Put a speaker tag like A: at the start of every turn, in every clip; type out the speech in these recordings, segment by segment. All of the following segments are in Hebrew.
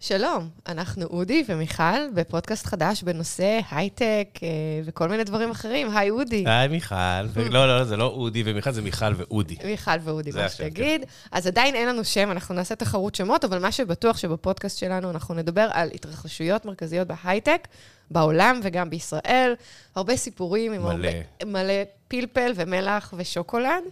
A: שלום, אנחנו אודי ומיכל בפודקאסט חדש בנושא הייטק אה, וכל מיני דברים אחרים. היי, אודי.
B: היי, מיכל.
A: אה.
B: ו- לא, לא, זה לא אודי ומיכל, זה מיכל ואודי.
A: מיכל ואודי,
B: זה
A: מה
B: השם,
A: שתגיד. אז עדיין אין לנו שם, אנחנו נעשה תחרות שמות, אבל מה שבטוח שבפודקאסט שלנו אנחנו נדבר על התרחשויות מרכזיות בהייטק, בעולם וגם בישראל. הרבה סיפורים עם
B: מלא.
A: הרבה... מלא פלפל ומלח ושוקולד.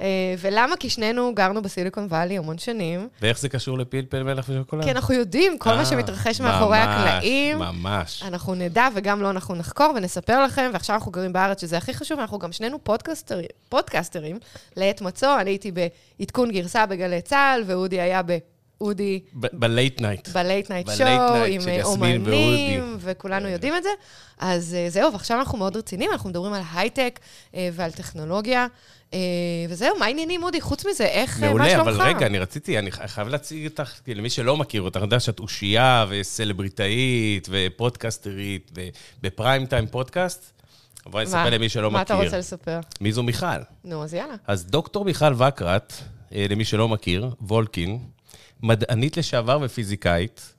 A: אה, ולמה? כי שנינו גרנו בסיליקון וואלי המון שנים.
B: ואיך זה קשור לפלפל מלח ושוקולד?
A: כי אנחנו יודעים כן, כל
B: אה,
A: מה שמתרחש מאחורי
B: ממש,
A: הקלעים.
B: ממש.
A: אנחנו נדע וגם לא אנחנו נחקור ונספר לכם, ועכשיו אנחנו גרים בארץ, שזה הכי חשוב, אנחנו גם שנינו פודקסטרים, פודקסטרים לעת מצוא, אני הייתי בעדכון גרסה בגלי צה"ל, ואודי היה באודי
B: ב- בלייט נייט.
A: בלייט נייט
B: ב-Late
A: שואו,
B: Night
A: עם
B: של
A: אה,
B: יסמין
A: אומנים,
B: ואודי. כן.
A: וכולנו יודעים את זה. אז אה, זהו, ועכשיו אנחנו מאוד רציניים, אנחנו מדברים על הייטק אה, ועל טכנולוגיה, אה, וזהו, מה העניינים, אודי? חוץ מזה, איך, אה, מה
B: מעולה,
A: שלומך?
B: אבל רגע, אני רציתי, אני ח- חייב להציג אותך, כי למי שלא מכיר אותך, אני יודע שאת אושייה וסלבריטאית ופודקסטרית, ובפריים טיים פודקאסט, אבל אני
A: מה?
B: אספר למי שלא
A: מה אתה
B: מכיר.
A: רוצה לספר?
B: מי זו מיכל?
A: נו, אז יאללה.
B: אז דוקטור מיכל וקרת, אה, למי שלא מכיר, וולקין, מדענית לשעבר ופיזיקאית,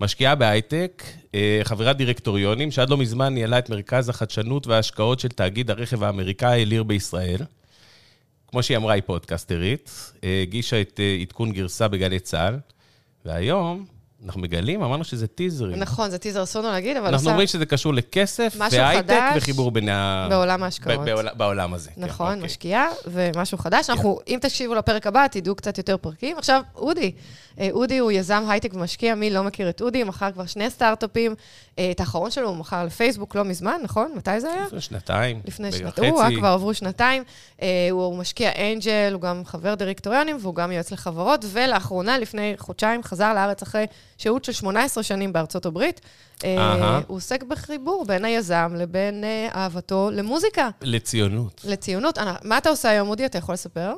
B: משקיעה בהייטק, אה, חברת דירקטוריונים, שעד לא מזמן ניהלה את מרכז החדשנות וההשקעות של תאגיד הרכב האמריקאי ליר בישראל. כמו שהיא אמרה, היא פודקסטרית, אה, הגישה את אה, עדכון גרסה בגלי צה"ל, והיום אנחנו מגלים, אמרנו שזה טיזרים.
A: נכון, זה טיזר אסור לנו להגיד, אבל
B: אנחנו
A: עושה...
B: אומרים שזה קשור לכסף,
A: משהו
B: והייטק,
A: חדש
B: וחיבור בין ה...
A: בעולם ההשקעות.
B: ב- בעול- בעולם הזה. כן,
A: נכון,
B: אוקיי. כן.
A: משקיעה ומשהו חדש. אנחנו, אם תקשיבו לפרק הבא, תדעו קצת יותר פרקים. עכשיו, אודי. אה, אודי הוא יזם הייטק ומשקיע, מי לא מכיר את אודי? הוא מכר כבר שני סטארט-אפים. אה, את האחרון שלו הוא מכר לפייסבוק לא מזמן, נכון? מתי זה היה?
B: לפני שנתיים.
A: לפני
B: וחצי.
A: שנתיים, הוא כבר עברו שנתיים. אה, הוא משקיע אנג'ל, הוא גם חבר דירקטוריונים והוא גם יועץ לחברות, ולאחרונה, לפני חודשיים, חזר לארץ אחרי שהות של 18 שנים בארצות הברית. אה,
B: אהה.
A: הוא עוסק בחיבור בין היזם לבין אה, אהבתו למוזיקה.
B: לציונות.
A: לציונות, אנ- מה אתה עושה היום, אודי? אתה יכול לספר?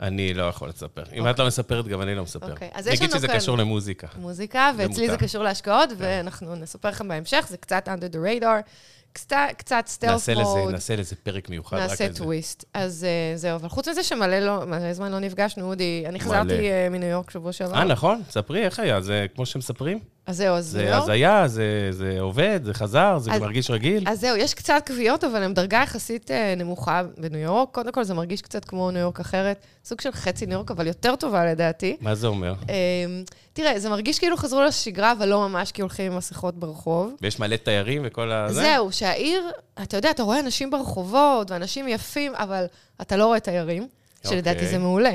B: אני לא יכול לספר. אם את לא מספרת, גם אני לא מספר.
A: אוקיי, אז יש
B: נגיד
A: לנו
B: שזה
A: כאן-
B: קשור למוזיקה.
A: מוזיקה, ואצלי זה
B: מותר. כן.
A: קשור להשקעות, ואנחנו נספר לכם בהמשך, זה קצת under the radar, קצת- קצת סטלף
B: נעשה לזה-
A: מוד.
B: נעשה לזה פרק מיוחד רק
A: נעשה
B: לזה.
A: טוויסט. אז אה, זהו, אבל חוץ מזה שמלא לא- מלא זמן לא נפגשנו, אודי, אני חזרתי אה, מניו יורק שבוע
B: אה,
A: שעבר.
B: נכון? ספרי, איך היה? זה כמו שמספרים?
A: אז זהו, אז ניו
B: זה
A: יורק.
B: הזיה, זה- זה עובד, זה חזר, זה
A: לא. אז-
B: מרגיש רגיל.
A: אז זהו, יש קצת קביעות, אבל הן דרגה יחסית אה, נמוכה בניו יורק. קודם כל, זה מרגיש קצת כמו ניו יורק אחרת, סוג של חצי ניו יורק, אבל יותר טובה לדעתי.
B: מה זה אומר?
A: אמ, תראה, זה מרגיש כאילו חזרו לשגרה, אבל לא ממש כי הולכים עם מסכות ברחוב.
B: ויש מלא תיירים וכל ה... זה?
A: זהו, שהעיר, אתה יודע, אתה רואה אנשים ברחובות, ואנשים יפים, אבל אתה לא רואה תיירים, שלדעתי
B: אוקיי.
A: זה מעולה.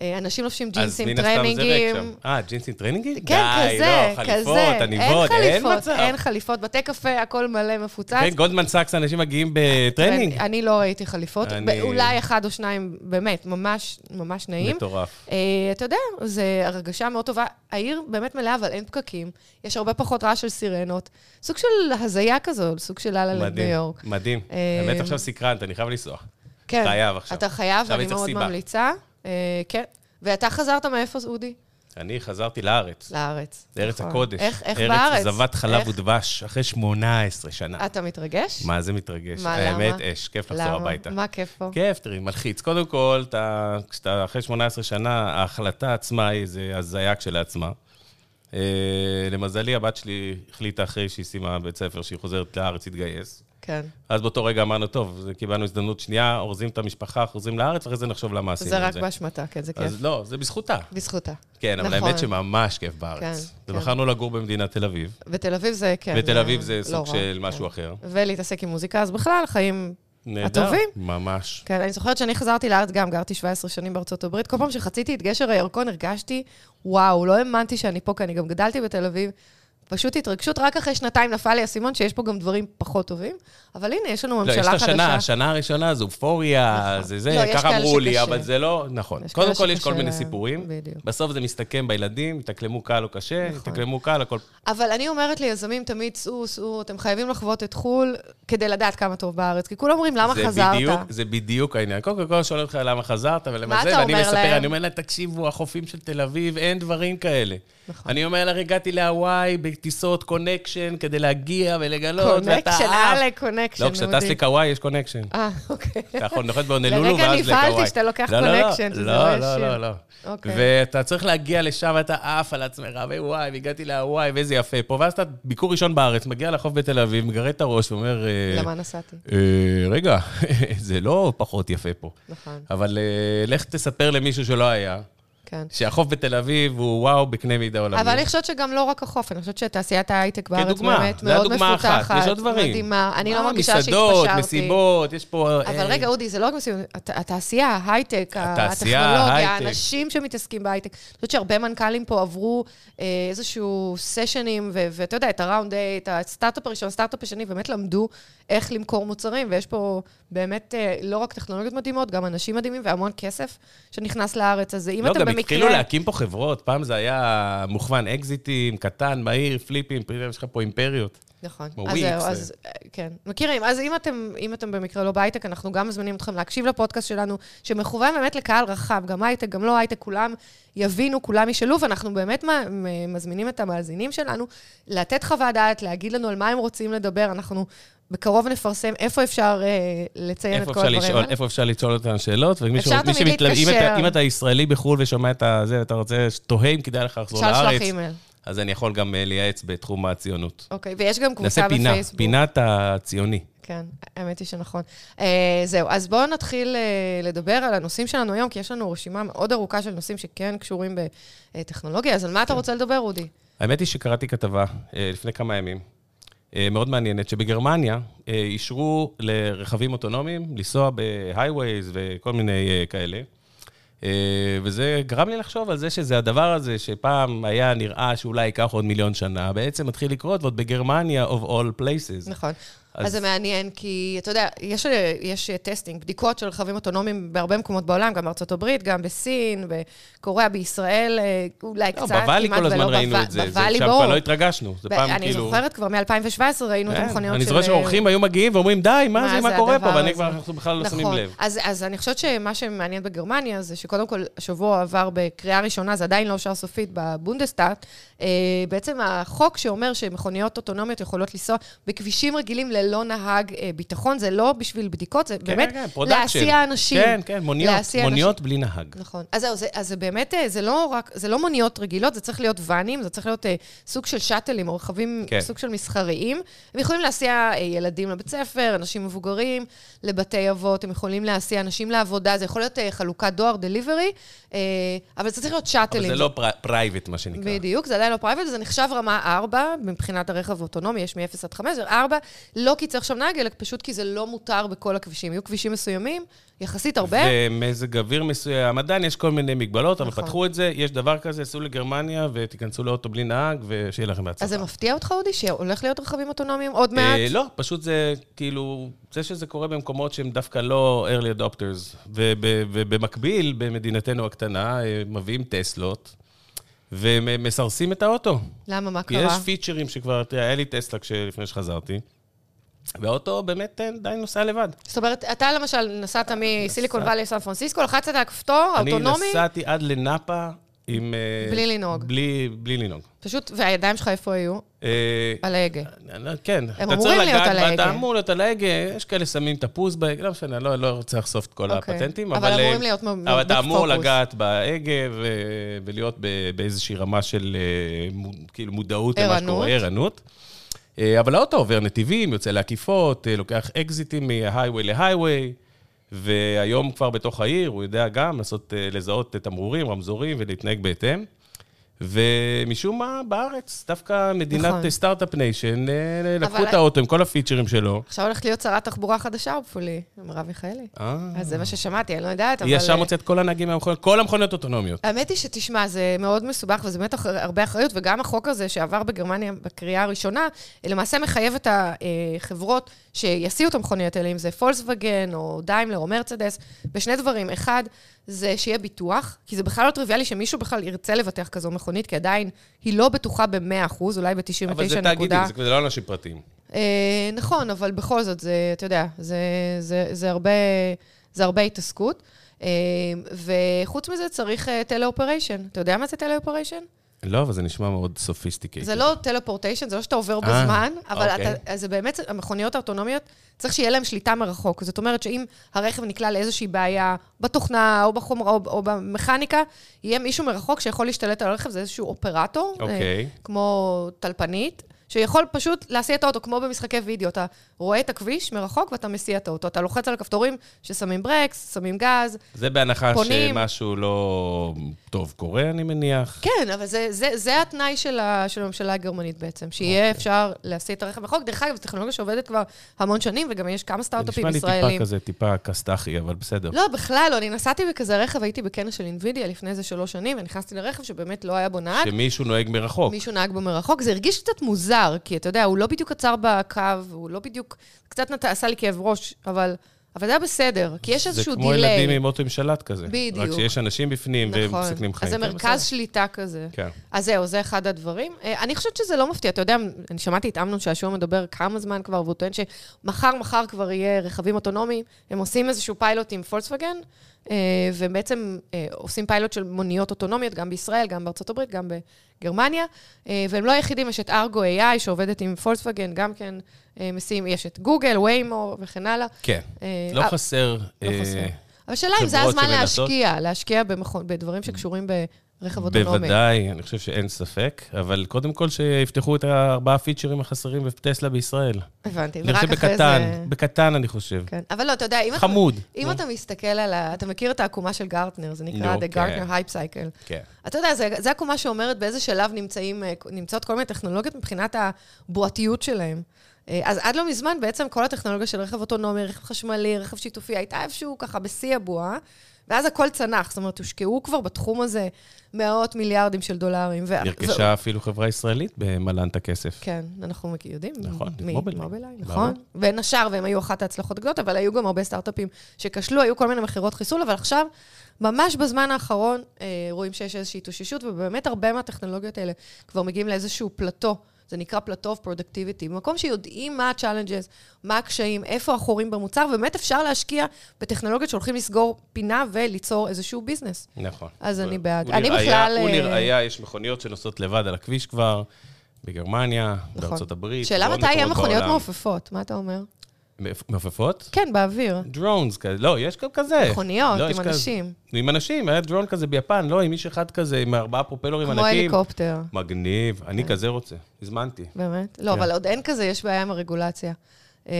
A: אה, אנשים לובשים
B: אז
A: ג'ינסים,
B: מן הסתם זה ריק
A: טרנינגים.
B: שם. אה, ג'ינסים טרנינגים?
A: כן,
B: די,
A: כזה,
B: לא,
A: כזה.
B: חליפות, עניבות,
A: אין
B: אין
A: חליפות,
B: מצב.
A: אין חליפות. בתי קפה, הכל מלא מפוצץ.
B: כן, גולדמן סאקס, אנשים מגיעים בטרנינג.
A: ואני- אני לא ראיתי חליפות.
B: אני-
A: ב- אולי אחד או שניים, באמת, ממש ממש נעים.
B: מטורף.
A: אה, אתה יודע, זו הרגשה מאוד טובה. העיר באמת מלאה, אבל אין פקקים. יש הרבה פחות רעש של סירנות. סוג של הזיה כזו, סוג של לאללה לניו
B: מדהים,
A: יורק.
B: מדהים.
A: אה,
B: האמת עכשיו סקרנת, אני חייב לנסוע.
A: כן.
B: חייב עכשיו.
A: אתה חייב,
B: עכשיו
A: אני
B: אני צריך
A: מאוד
B: סיבה.
A: ממליצה. אה, כן. ואתה חזרת מאיפה, אודי?
B: אני חזרתי לארץ.
A: לארץ.
B: לארץ
A: לא, נכון.
B: הקודש.
A: איך איך
B: ארץ
A: בארץ?
B: זבת חלב
A: איך?
B: ודבש, אחרי 18 שנה.
A: אתה מתרגש?
B: מה זה מתרגש?
A: מה,
B: האמת,
A: למה?
B: אש, כיף לחזור
A: למה?
B: הביתה. כן.
A: מה כיף פה?
B: כיף, תראי, מלחיץ. קודם כל, אתה, כשאתה אחרי 18 שנה, ההחלטה עצמה היא איזה הזיה כשלעצמה. אה, למזלי, הבת שלי החליטה אחרי שהיא סיימה בית ספר שהיא חוזרת לארץ, להתגייס.
A: כן.
B: אז באותו רגע אמרנו, טוב, זה- קיבלנו הזדמנות שנייה, אורזים את המשפחה, חוזרים לארץ, ואחרי זה נחשוב למה עשינו את
A: זה
B: זה.
A: רק באשמתה, כן, זה כיף.
B: אז לא, זה בזכותה.
A: בזכותה.
B: כן, אבל
A: נכון.
B: האמת שממש כיף בארץ.
A: כן, כן.
B: ובחרנו לגור במדינת תל אביב.
A: בתל אביב זה, כן.
B: בתל אביב זה
A: לא רע,
B: סוג של
A: כן.
B: משהו אחר.
A: ולהתעסק עם מוזיקה, אז בכלל, חיים...
B: נהדר.
A: הטובים.
B: ממש.
A: כן, אני זוכרת שאני חזרתי לארץ גם, גרתי 17 שנים בארצות הברית. כל פעם שחציתי את גשר הירקון הרגשתי, וואו, לא האמנתי שאני פה, כי אני גם גדלתי בתל אביב. פשוט התרגשות, רק אחרי שנתיים נפל לי האסימון שיש פה גם דברים פחות טובים. אבל הנה, יש לנו
B: לא, יש את
A: ממשלה
B: השנה,
A: חדשה.
B: השנה הראשונה, זה אופוריה,
A: נכון.
B: זה
A: לא,
B: זה,
A: יש
B: ככה
A: כאלה
B: אמרו לי,
A: שקשה.
B: אבל זה לא, נכון.
A: יש
B: קודם
A: כאלה
B: כל, יש כל
A: שקשה
B: מיני
A: להם,
B: סיפורים.
A: בדיוק.
B: בסוף זה מסתכם בילדים, התאקלמו קל או קשה,
A: נכון.
B: התאקלמו קל, הכל...
A: אבל אני אומרת ליזמים תמיד, סעו, סעו, אתם חייבים לחוות את חו"ל כדי לדעת כמה טוב בארץ. כי כולם אומרים, למה
B: זה
A: חזרת?
B: בדיוק- זה בדיוק העניין. קודם כל, כל שואלים אותך למה חזרת
A: מה
B: ולמה
A: אתה
B: זה, ואני
A: אומר להם?
B: מספר, אני אומר לה, תקשיבו, החופים של תל אביב, אין דברים כאלה.
A: נכון.
B: אני אומר לה, הגעתי להוואי ב- טיסות, קונקשן, כדי להגיע ולגלות. ואתה
A: קונקשן,
B: עף.
A: אללה, קונקשן.
B: לא, כשאתה טס
A: אודי.
B: לקוואי יש קונקשן.
A: אה, אוקיי.
B: אתה יכול לנוחת בהונלולו ואז
A: לרגע
B: לקוואי.
A: נבהלתי שאתה לוקח
B: לא, לא, לא,
A: קונקשן, שזה לא
B: לא,
A: ישיר.
B: לא, לא, לא.
A: אוקיי.
B: ואתה צריך להגיע לשם, אתה עף על עצמך, ווואי, והגעתי להוואי, ואיזה יפה פה. ואז אתה ביקור ראשון בארץ, מגיע לחוף בתל אביב, מגרד את הראש ואומר... אה,
A: למה נסעתי?
B: אה, רגע, זה לא פחות יפה פה.
A: נכון,
B: אבל אה, לך תספר למישהו שלא היה,
A: כן.
B: שהחוף בתל אביב הוא וואו בקנה מידה עולמי.
A: אבל אני חושבת שגם לא רק החוף, אני חושבת שתעשיית ההייטק בארץ
B: כדוגמה,
A: באמת
B: זה
A: מאוד
B: הדוגמה אחת,
A: מפותחת,
B: יש עוד דברים.
A: מדהימה. אני לא
B: מה,
A: מרגישה
B: מסעדות,
A: שהתפשרתי.
B: מסיבות, יש פה... אה,
A: אבל רגע, אודי, זה לא רק מסיבות, הת- התעשייה, ההייטק,
B: התעשייה,
A: הטכנולוגיה,
B: ההייטק.
A: האנשים שמתעסקים בהייטק. אני חושבת שהרבה מנכ"לים פה עברו אה, איזשהו סשנים, ו- ואתה יודע, את הראונד A, את הסטארט-אפ הראשון, הסטארט-אפ השני, באמת למדו איך למכור מוצרים, ויש פה באמת אה, לא רק טכנולוגיות מדהימות, גם אנשים מדהימים והמון כסף שנכנס לארץ. אז אם
B: לא,
A: אתם
B: גם
A: במקרה...
B: התחילו להקים פה חברות, פעם זה היה מוכוון אקזיטים, קטן, מהיר, פליפים, פתאום יש לך פה אימפריות.
A: נכון.
B: כמו
A: אז
B: וויקס,
A: זהו,
B: אה.
A: אז אה, כן. מכירים, אז אם אתם, אם אתם במקרה לא בהייטק, אנחנו גם מזמינים אתכם להקשיב לפודקאסט שלנו, שמכוון באמת לקהל רחב, גם הייטק, גם לא הייטק, כולם יבינו, כולם ישאלו, ואנחנו באמת מה- מ- מזמינים את המאזינים שלנו לתת חוות דעת, להגיד לנו על מה הם רוצים לדבר, אנחנו בקרוב נפרסם איפה אפשר אה, לציין את
B: איפה
A: כל
B: אפשר
A: הדברים
B: לשאול,
A: האלה.
B: איפה אפשר לשאול אותם שאלות, ומי
A: אפשר
B: שמי
A: תמיד
B: שמתל- אם
A: להתקשר.
B: אתה- אם אתה ישראלי בחו"ל ושומע את זה, ואתה רוצה, תוהה אם כדאי לך לחזור
A: אפשר לשלוח
B: לארץ,
A: אימייל.
B: אז אני יכול גם אה, לייעץ בתחום הציונות.
A: אוקיי, ויש גם
B: נעשה
A: קבוצה
B: פינה,
A: בפייסבוק.
B: פינת הציוני.
A: כן, האמת היא שנכון. Uh, זהו, אז בואו נתחיל uh, לדבר על הנושאים שלנו היום, כי יש לנו רשימה מאוד ארוכה של נושאים שכן קשורים בטכנולוגיה, אז על מה
B: כן.
A: אתה רוצה לדבר, אודי?
B: האמת היא שקראתי כתבה אה, לפני כמה ימים, אה, מאוד מעניינת, שבגרמניה אה, אישרו לרכבים אוטונומיים לנסוע ב-highways וכל מיני אה, כאלה. אה, וזה גרם לי לחשוב על זה שזה הדבר הזה שפעם היה נראה שאולי ייקח עוד מיליון שנה, בעצם מתחיל לקרות ועוד בגרמניה of all places.
A: נכון. אז,
B: אז-
A: אז זה מעניין, כי אתה יודע, יש, אה, יש אה, טסטינג, בדיקות של רכבים אוטונומיים בהרבה מקומות בעולם, גם בארצות הברית, גם בסין, בקוריאה, בישראל, אה, אולי
B: לא,
A: קצת, כמעט ולא
B: בוואלי כל הזמן ראינו
A: בוו-
B: את זה, זה
A: בוואלי,
B: שם
A: ברור.
B: כבר לא התרגשנו, זה
A: ב-
B: פעם
A: אני
B: כאילו...
A: זוכרת כבר מ-2017 ראינו את
B: כן,
A: המכוניות של... אה,
B: אני זוכר שאורחים היו מגיעים ואומרים, די, "אוקיי, מה זה, מה קורה פה?
A: הדבר
B: ואני
A: הזה?
B: כבר, אנחנו בכלל לא שמים לב.
A: נכון, אז, אז אני חושבת שמה שמעניין בגרמניה זה שקודם כל, השבוע עבר בקריאה ראשונה, זה עדיין לא אושר סופית בבונדסטאט, אה, בעצם החוק שאומר שמכוניות אוטונומיות יכולות לנסוע בכבישים רגילים ללא נהג אה, ביטחון, זה לא בשביל בדיקות, זה באמת
B: כן, production.
A: להסיע אנשים.
B: כן, כן, מוניות,
A: להסיע
B: מוניות בלי נהג.
A: נכון. אז זהו, זה, אז זה באמת, אה, זה לא רק, זה לא מוניות רגילות, זה צריך להיות ואנים, זה צריך להיות אה, סוג של שאטלים או רכבים,
B: כן.
A: כן. סוג של מסחריים. הם יכולים להסיע אה, ילדים לבית ספר, אנשים מבוגרים, לבתי אבות, הם יכולים להסיע אנשים לעבודה, זה יכול להיות אה, חלוקת דואר, דליברי, אה, אבל זה צריך להיות שאטלים.
B: אבל זה לא פר- פרייבט, מה שנקרא.
A: בדיוק, זה עדיין לא פרייבט, זה נחשב רמה 4 מבחינת הרכב האוטונומי, יש מ-0 עד 5, זה 4, לא כי צריך שם נהג, אלא פשוט כי זה לא מותר בכל הכבישים. יהיו כבישים מסוימים, יחסית הרבה.
B: ומזג אוויר מסוים, עדיין יש כל מיני מגבלות, אבל
A: נכון.
B: פתחו את זה, יש דבר כזה, סעו לגרמניה ותיכנסו לאוטו בלי נהג, ושיהיה לכם בהצלחה.
A: אז זה מפתיע אותך, אודי, שהולך להיות רכבים אוטונומיים עוד מעט?
B: אה, לא, פשוט זה כאילו, זה שזה קורה במקומות שהם דווקא לא early adopters. וב- ובמקביל, במדינתנו הקטנה, אה, מביאים טסלות, ומסרסים את האוטו.
A: למה, מה
B: יש
A: קרה?
B: פיצ'רים שכבר, תראה, היה לי טסלה כש- לפני שחזרתי, והאוטו באמת אה, עדיין נוסע לבד.
A: זאת אומרת, אתה למשל נסעת מסיליקון וואלי לסן פרנסיסקו, לחצת על הכפתור,
B: אני
A: אוטונומי,
B: נסעתי עד לנאפה עם... אה,
A: בלי לנהוג.
B: בלי, בלי לנהוג.
A: פשוט, והידיים שלך איפה היו?
B: אה,
A: על ההגה.
B: אני לא- כן, אתה
A: אמורים
B: צריך
A: להיות
B: לגעת,
A: על
B: בה,
A: ההגה.
B: אתה אמור להיות על ההגה, יש כאלה שמים את הפוס בהגה, לא משנה, לא לא רוצה לחשוף את כל
A: אוקיי.
B: הפטנטים,
A: אבל
B: אה,
A: אמורים להיות מ-
B: אבל אתה אמור
A: בפוקוס.
B: לגעת בהגה ו- ולהיות ב- באיזושהי רמה של אה, מו- כאילו מודעות למה
A: ערנות.
B: שקורה, ערנות. אה, אבל האוטו עובר נתיבים, יוצא לעקיפות, אה, לוקח אקזיטים מההייווי להייווי, והיום כבר בתוך העיר, הוא יודע גם לעשות, אה, לזהות תמרורים, רמזורים ולהתנהג בהתאם. ומשום מה, בארץ, דווקא מדינת
A: נכון.
B: סטארט-אפ ניישן, אה, לקחו
A: אבל-
B: את האוטו עם כל הפיצ'רים שלו.
A: עכשיו הולכת להיות שרת תחבורה חדשה בפולי, מרב מיכאלי.
B: אה,
A: אז זה מה ששמעתי, אני לא יודעת, אבל...
B: היא ישר מוציאה את כל הנהגים מהמכוניות, כל המכוניות אוטונומיות.
A: האמת היא שתשמע, זה מאוד מסובך וזה באמת אח- הרבה אחריות, וגם החוק הזה שעבר בגרמניה בקריאה הראשונה, אה, למעשה מחייב את החברות שיסיעו את המכוניות האלה, אם זה פולסווגן או דיימלר או מרצדס, בשני דברים. אחד, זה שיהיה ביטוח, כי זה בכלל לא טריוויאלי שמישהו בכלל ירצה לבטח כזו מכונית, כי עדיין היא לא בטוחה ב-100%, אולי ב-99
B: אבל זה תאגידים, זה זה לא אנשים פרטיים.
A: אה, נכון, אבל בכל זאת, זה, אתה יודע, זה, זה, זה, הרבה, זה הרבה אה, התעסקות. אה, וחוץ מזה צריך טלאופריישן. אתה יודע מה זה טלאופריישן?
B: לא, אבל זה נשמע מאוד סופיסטיקייט.
A: זה לא טלפורטיישן, זה לא שאתה עובר
B: כן, אה,
A: בזמן, אבל
B: אוקיי.
A: אתה- אז זה באמת, המכוניות האוטונומיות, צריך שיהיה להן שליטה מרחוק. זאת אומרת שאם הרכב נקלע לאיזושהי בעיה בתוכנה או בחומרה או, או במכניקה, יהיה מישהו מרחוק שיכול להשתלט על הרכב, זה איזשהו אופרטור, אה,
B: אוקיי.
A: כמו טלפנית, שיכול פשוט להסיע את האוטו, כמו במשחקי וידאו. אתה רואה את הכביש מרחוק ואתה מסיע את האוטו. אתה לוחץ על הכפתורים ששמים ברקס, שמים גז,
B: זה בהנחה
A: פונים.
B: שמשהו לא טוב קורה, אני מניח.
A: כן, אבל זה, זה, זה התנאי של, ה, של הממשלה הגרמנית בעצם, שיהיה אפשר להסיע את הרכב בחוק. דרך אגב, זו טכנולוגיה שעובדת כבר המון שנים, וגם יש כמה
B: זה
A: סטארט-אפים
B: נשמע לי
A: ישראלים.
B: טיפה כזה, טיפה כסת"חי, אבל בסדר.
A: לא, בכלל לא. אני נסעתי בכזה רכב, הייתי בכנס של אינווידיה לפני איזה שלוש שנים, ונכנסתי לרכב שבאמת לא היה בו נהג.
B: שמישהו נוהג מרחוק.
A: מישהו נהג בו מרחוק, זה הרגיש קצת מוזר, כי אתה יודע, הוא לא בדיוק עצר בקו, הוא לא בדיוק... קצת נת... עשה לי כאב ראש, אבל... אבל זה היה בסדר, כי יש
B: זה
A: איזשהו
B: כמו
A: דיליי.
B: ילדים עם אוטו עם שלט כזה.
A: בדיוק.
B: רק שיש אנשים בפנים, והם
A: נכון.
B: מסכנים חיים.
A: אז זה
B: כן,
A: מרכז
B: בסדר.
A: שליטה כזה.
B: כן.
A: אז זהו, זה אחד הדברים. אה, אני חושבת שזה לא מפתיע. אתה יודע, אני שמעתי את אמנון שעשוע מדבר כמה זמן כבר, והוא טוען שמחר, מחר כבר יהיה רכבים אוטונומיים. הם עושים איזשהו פיילוט עם פולקסווגן, אה, ובעצם אה, עושים פיילוט של מוניות אוטונומיות, גם בישראל, גם בארצות הברית, גם בגרמניה. אה, והם לא היחידים, יש את ארגו AI שעובדת עם פולקסווגן, גם כן אה, מסיעים, יש את גוגל, ויימו וכן הלאה.
B: כן.
A: אה,
B: לא
A: אה,
B: חסר...
A: לא
B: אה,
A: חסר. אבל השאלה אם זה
B: חברות
A: הזמן
B: שמנסות?
A: להשקיע, להשקיע במכון, בדברים שקשורים ברכב אוטונומי.
B: בוודאי, אני חושב שאין ספק, אבל קודם כל שיפתחו את הארבעה פיצ'רים החסרים בטסלה בישראל.
A: הבנתי,
B: אני חושב
A: ורק אחרי זה...
B: בקטן, בקטן אני חושב.
A: כן. אבל לא, אתה יודע, אם,
B: חמוד.
A: אתה, אם
B: נו.
A: אתה מסתכל על ה... אתה מכיר את העקומה של גרטנר, זה נקרא
B: נו,
A: The
B: כן.
A: Gartner Hype Cycle.
B: כן.
A: אתה יודע, זה- זו עקומה שאומרת באיזה שלב נמצאים, אה, נמצאות כל מיני טכנולוגיות מבחינת הבועתיות שלהם. אה, אז עד לא מזמן בעצם כל הטכנולוגיה של רכב אוטונומי, רכב חשמלי, רכב שיתופי, הייתה איפשהו ככה בשיא הבועה, ואז הכל צנח. זאת אומרת, הושקעו כבר בתחום הזה מאות מיליארדים של דולרים. ו- ו-
B: נרכשה אפילו חברה ישראלית במלנת הכסף.
A: כן, אנחנו מכ- יודעים.
B: נכון,
A: מ-
B: מובילאיי.
A: מובילאיי,
B: ברור.
A: נכון. בין השאר, והם היו אחת ההצלחות הגדולות, אבל היו גם הרבה סטארט-אפים שכשלו, היו כל מיני מכירות חיסול, אבל עכשיו, ממש בזמן האחרון, אה, רואים שיש איזושהי התאוששות, ובאמת הרבה מהטכנולוגיות האלה כבר מגיעים לאיזשהו פלטו. זה נקרא פלטו אוף פרודקטיביטי, במקום שיודעים מה ה-challenges, מה הקשיים, איפה החורים במוצר, ובאמת אפשר להשקיע בטכנולוגיות שהולכים לסגור פינה וליצור איזשהו ביזנס.
B: נכון.
A: כן. אז אני
B: הוא-
A: בעד.
B: הוא
A: אני
B: נראה-
A: בכלל,
B: הוא
A: אה,
B: נראה, יש מכוניות שנוסעות לבד על הכביש כבר, בגרמניה,
A: נכון.
B: בארצות הברית.
A: שאלה
B: בעוד
A: מתי יהיה
B: מקומות
A: מכוניות
B: בעולם.
A: מעופפות, מה אתה אומר?
B: מעופ- מעופפות?
A: כן, באוויר.
B: drones כאלה, לא, יש גם כזה.
A: מכוניות,
B: לא,
A: עם
B: יש כזה-
A: אנשים.
B: עם אנשים, היה drone כזה ביפן, לא, עם איש אחד כזה, עם ארבעה פרופלורים
A: כמו
B: ענקים.
A: הליקופטר.
B: מגניב,
A: כן.
B: אני כזה רוצה, הזמנתי.
A: באמת? לא,
B: כן.
A: אבל עוד אין כזה, יש בעיה עם הרגולציה. אמ,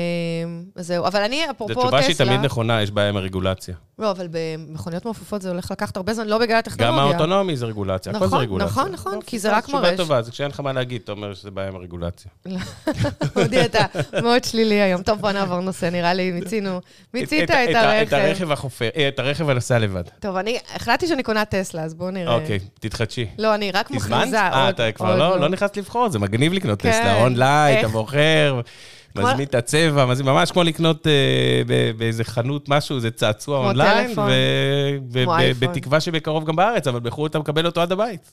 A: אז זהו, אבל אני, אפרופו
B: זו
A: טסלה...
B: תשובה שהיא תמיד נכונה, יש בעיה עם הרגולציה.
A: לא, אבל במכוניות מעופפות זה הולך לקחת הרבה זמן, לא בגלל
B: גם
A: הטכנולוגיה.
B: האוטונומי זה רגולציה, הכל זה
A: נכון,
B: רגולציה.
A: נכון, נכון,
B: לא,
A: כי זה רק מראה ש-
B: תשובה טובה, זה כשאין לך מה להגיד, אתה אומר שזה בעיה עם הרגולציה.
A: אודי, אתה מאוד שלילי היום. טוב, בוא נעבור נושא, נראה לי, מיצינו. מיצית
B: ה-
A: את
B: ה- את
A: הרכב.
B: הרכב החופר, אה, את הרכב הנוסע לבד.
A: טוב, אני החלטתי שאני קונה טסלה, אז בואו נראה.
B: אוקיי, תתחדשי.
A: לא, אני רק מכריזה.
B: הזמנת? אה,
A: אה. עוד-
B: אתה כבר
A: עוד
B: לא, לא נכנס לבחור, זה מגניב לקנות
A: כן.
B: טסלה אונליין, אתה
A: איך?
B: בוחר,
A: כמו-
B: מזמין את הצבע, מזמין, ממש כמו לקנות אה, ב- באיזה חנות משהו, זה צעצוע
A: כמו
B: אונליין,
A: טלפון.
B: ו- ו-
A: כמו
B: ב-
A: אייפון.
B: בתקווה שבקרוב גם בארץ, אבל בחו"ל אתה מקבל אותו עד הבית.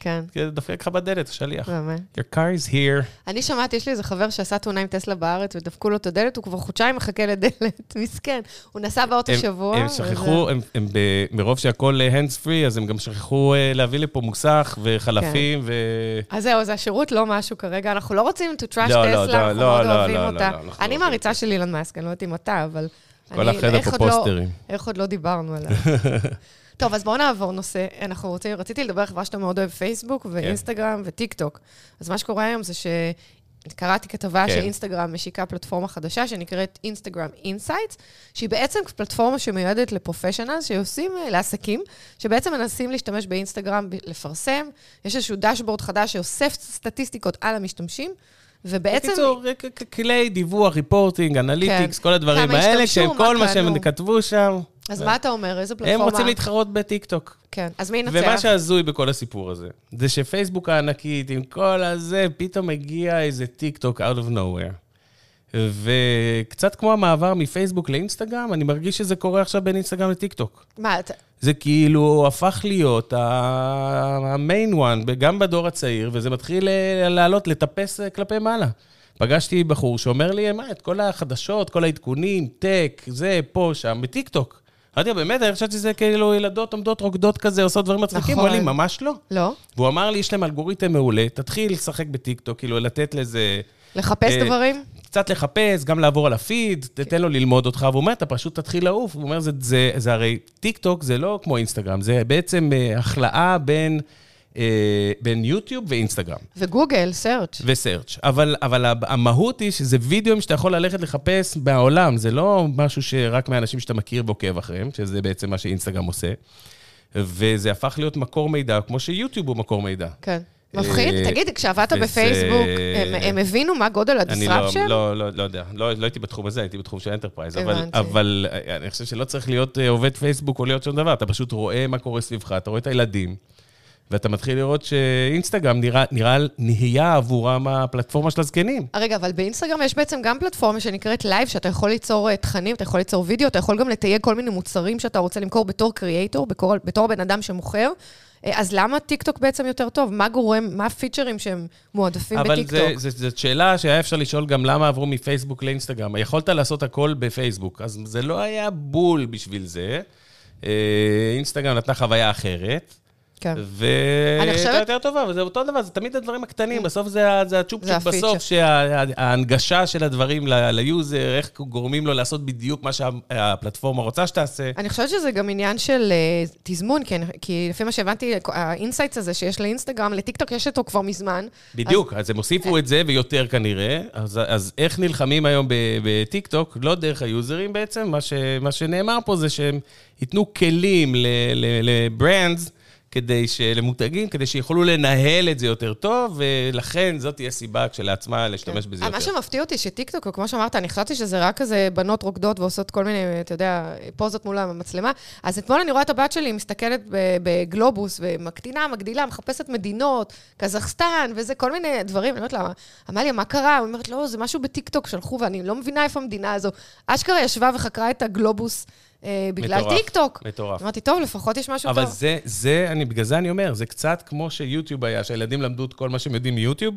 A: כן,
B: כן, דופק לך בדלת, שליח.
A: באמת.
B: Your car is here.
A: אני שמעתי, יש לי איזה חבר שעשה תאונה עם טסלה בארץ, ודפקו לו את הדלת, הוא כבר חודשיים מחכה לדלת, מסכן. הוא נסע באוטו
B: הם-
A: שבוע.
B: הם
A: וזה-
B: שכחו, הם- הם ב- מרוב שהכל הנדס פרי, אז הם גם שכחו אה, להביא לפה מוסך
A: כן.
B: וחלפים ו...
A: אז זהו, אז השירות לא משהו כרגע, אנחנו לא רוצים to trash
B: לא,
A: טסלה,
B: לא, לא,
A: אנחנו
B: לא,
A: מאוד
B: לא,
A: אוהבים
B: לא, לא,
A: אותה.
B: לא, אנחנו לא
A: אני
B: רוצים
A: מעריצה של אילון מאסק, אני לא יודעת אם אתה, אבל...
B: כל
A: אני-
B: החדר
A: איך
B: פה
A: עוד לא-
B: פוסטרים.
A: איך עוד לא דיברנו עליו. טוב, אז בואו נעבור נושא. אנחנו רוצים, רציתי לדבר על חברה שאתה מאוד אוהב, פייסבוק
B: כן.
A: ואינסטגרם וטיק טוק. אז מה שקורה היום זה ש... קראתי כתבה
B: כן.
A: שאינסטגרם משיקה פלטפורמה חדשה שנקראת אינסטגרם אינסייטס, שהיא בעצם פלטפורמה שמיועדת לפרופשיונלס, שעושים אה, לעסקים, שבעצם מנסים להשתמש באינסטגרם ב- לפרסם. יש איזשהו דשבורד חדש שאוסף סטטיסטיקות על המשתמשים, ובעצם...
B: בקיצור, אה, כ- כ- כלי דיווח, ריפורטינג, אנליטיקס,
A: כן.
B: כל הדברים
A: כמה
B: האלה,
A: השתמשו,
B: שהם
A: מה
B: כל מה
A: קנו.
B: שהם כתבו שם,
A: אז מה אתה אומר? איזה
B: הם
A: פלטפורמה?
B: רוצים להתחרות בטיקטוק.
A: כן, אז מי ינצח?
B: ומה שהזוי בכל הסיפור הזה, זה שפייסבוק הענקית, עם כל הזה, פתאום מגיע איזה טיקטוק out of nowhere. וקצת כמו המעבר מפייסבוק לאינסטגרם, אני מרגיש שזה קורה עכשיו בין אינסטגרם לטיקטוק.
A: מה, אתה...
B: זה כאילו הפך להיות המיין וואן, גם בדור הצעיר, וזה מתחיל אה, לעלות, לטפס אה, כלפי מעלה. פגשתי בחור שאומר לי, מה, את כל החדשות, כל העדכונים, טק, זה, פה, שם, בטיקטוק. אמרתי לו, באמת, אני חשבתי שזה כאילו ילדות עומדות רוקדות כזה, עושות דברים מצחיקים, הוא
A: נכון.
B: אמר לי, ממש לא.
A: לא?
B: והוא אמר לי, יש להם אלגוריתם מעולה, תתחיל לשחק בטיקטוק, כאילו, לתת לזה...
A: לחפש
B: אה,
A: דברים?
B: קצת לחפש, גם לעבור על הפיד, תתן לו ללמוד אותך, והוא אומר, אתה פשוט תתחיל לעוף. הוא אומר, זה, זה, זה הרי טיקטוק זה לא כמו אינסטגרם, זה בעצם אה, החלאה בין, אה, בין יוטיוב ואינסטגרם.
A: וגוגל, סרצ'.
B: וסרצ'. אבל, אבל ה- המהות היא שזה וידאוים שאתה יכול ללכת לחפש מהעולם, זה לא משהו שרק מהאנשים שאתה מכיר ועוקב אחריהם, שזה בעצם מה שאינסטגרם עושה. וזה הפך להיות מקור מידע, כמו שיוטיוב הוא מקור מידע.
A: כן. מפחיד?
B: אה,
A: תגיד, כשעבדת
B: וזה- אה,
A: בפייסבוק, הם- הם הבינו מה גודל
B: אני לא,
A: הדיסרפשן?
B: לא, לא, לא יודע, לא, לא הייתי בתחום הזה, הייתי בתחום של אנטרפרייז, אבל,
A: הבנתי.
B: אבל אה, אני חושב שלא צריך להיות אה, עובד פייסבוק או להיות שום דבר, אתה פשוט רואה מה קורה סביבך, אתה רואה את הילדים, ואתה מתחיל לראות שאינסטגרם נראה, נראה נהיה עבורם הפלטפורמה של הזקנים.
A: אה, רגע, אבל באינסטגרם יש בעצם גם פלטפורמה שנקראת לייב, שאתה יכול ליצור אה, תכנים, אתה יכול ליצור וידאו, אתה יכול גם לתייג כל מיני מוצרים שאתה רוצה למכור בתור קריאייטור, בתור, בתור בן אדם שמוכר. אה, אז למה טיקטוק בעצם יותר טוב? מה גורם, מה הפיצ'רים שהם מועדפים
B: אבל
A: בטיקטוק?
B: זה, זה, זאת שאלה שהיה אפשר לשאול גם למה עברו מפייסבוק לאינסטגרם. יכולת לעשות הכל בפייסבוק, אז זה לא היה בול בשביל זה. אה, אינסטגרם נתנה חוויה אחרת.
A: כן. אני
B: והייתה
A: חושבת- Mm.
B: יותר טובה, וזה אותו דבר, זה תמיד הדברים הקטנים, בסוף זה, ה- זה
A: זה
B: הצ'ופצ'יק
A: הפיצ'ר.
B: בסוף, שההנגשה של הדברים ל- ליוזר, איך גורמים לו לעשות בדיוק מה שהפלטפורמה רוצה שתעשה.
A: אני חושבת שזה גם עניין של אה, תזמון, כן, כי לפי מה שהבנתי, האינסייטס הזה שיש לאינסטגרם, לטיקטוק יש אותו כבר מזמן.
B: בדיוק, אז הם הוסיפו את זה ויותר כנראה, אז, אז איך נלחמים היום ב- בטיקטוק? לא דרך היוזרים בעצם, מה, ש, מה שנאמר פה זה שהם ייתנו כלים ל- ל- לברנדס, כדי ש... למותגים, כדי שיוכלו לנהל את זה יותר טוב, ולכן זאת תהיה סיבה כשלעצמה להשתמש בזה
A: כן. אה, מה
B: יותר.
A: שמפתיע אותי שטיקטוק, הוא, כמו שאמרת, אני חשבתי שזה רק כזה בנות רוקדות ועושות כל מיני, אתה יודע, פוזות מול המצלמה. אז אתמול אני רואה את הבת שלי מסתכלת ב- בגלובוס ומקטינה, מגדילה, מחפשת מדינות, קזחסטן וזה, כל מיני דברים. אני אומרת לה, עמליה, מה קרה? היא אומרת, לא, זה משהו בטיקטוק שלחו ואני לא מבינה איפה המדינה הזו. אשכרה ישבה וחקרה את הגלובוס אה, בגלל
B: מטורף,
A: טיקטוק.
B: מטורף.
A: אמרתי, טוב, לפחות יש משהו
B: אבל
A: טוב.
B: זה, זה, אני, בגלל זה אני אומר, זה קצת כמו שיוטיוב היה, שהילדים למדו את כל מה שהם יודעים מיוטיוב,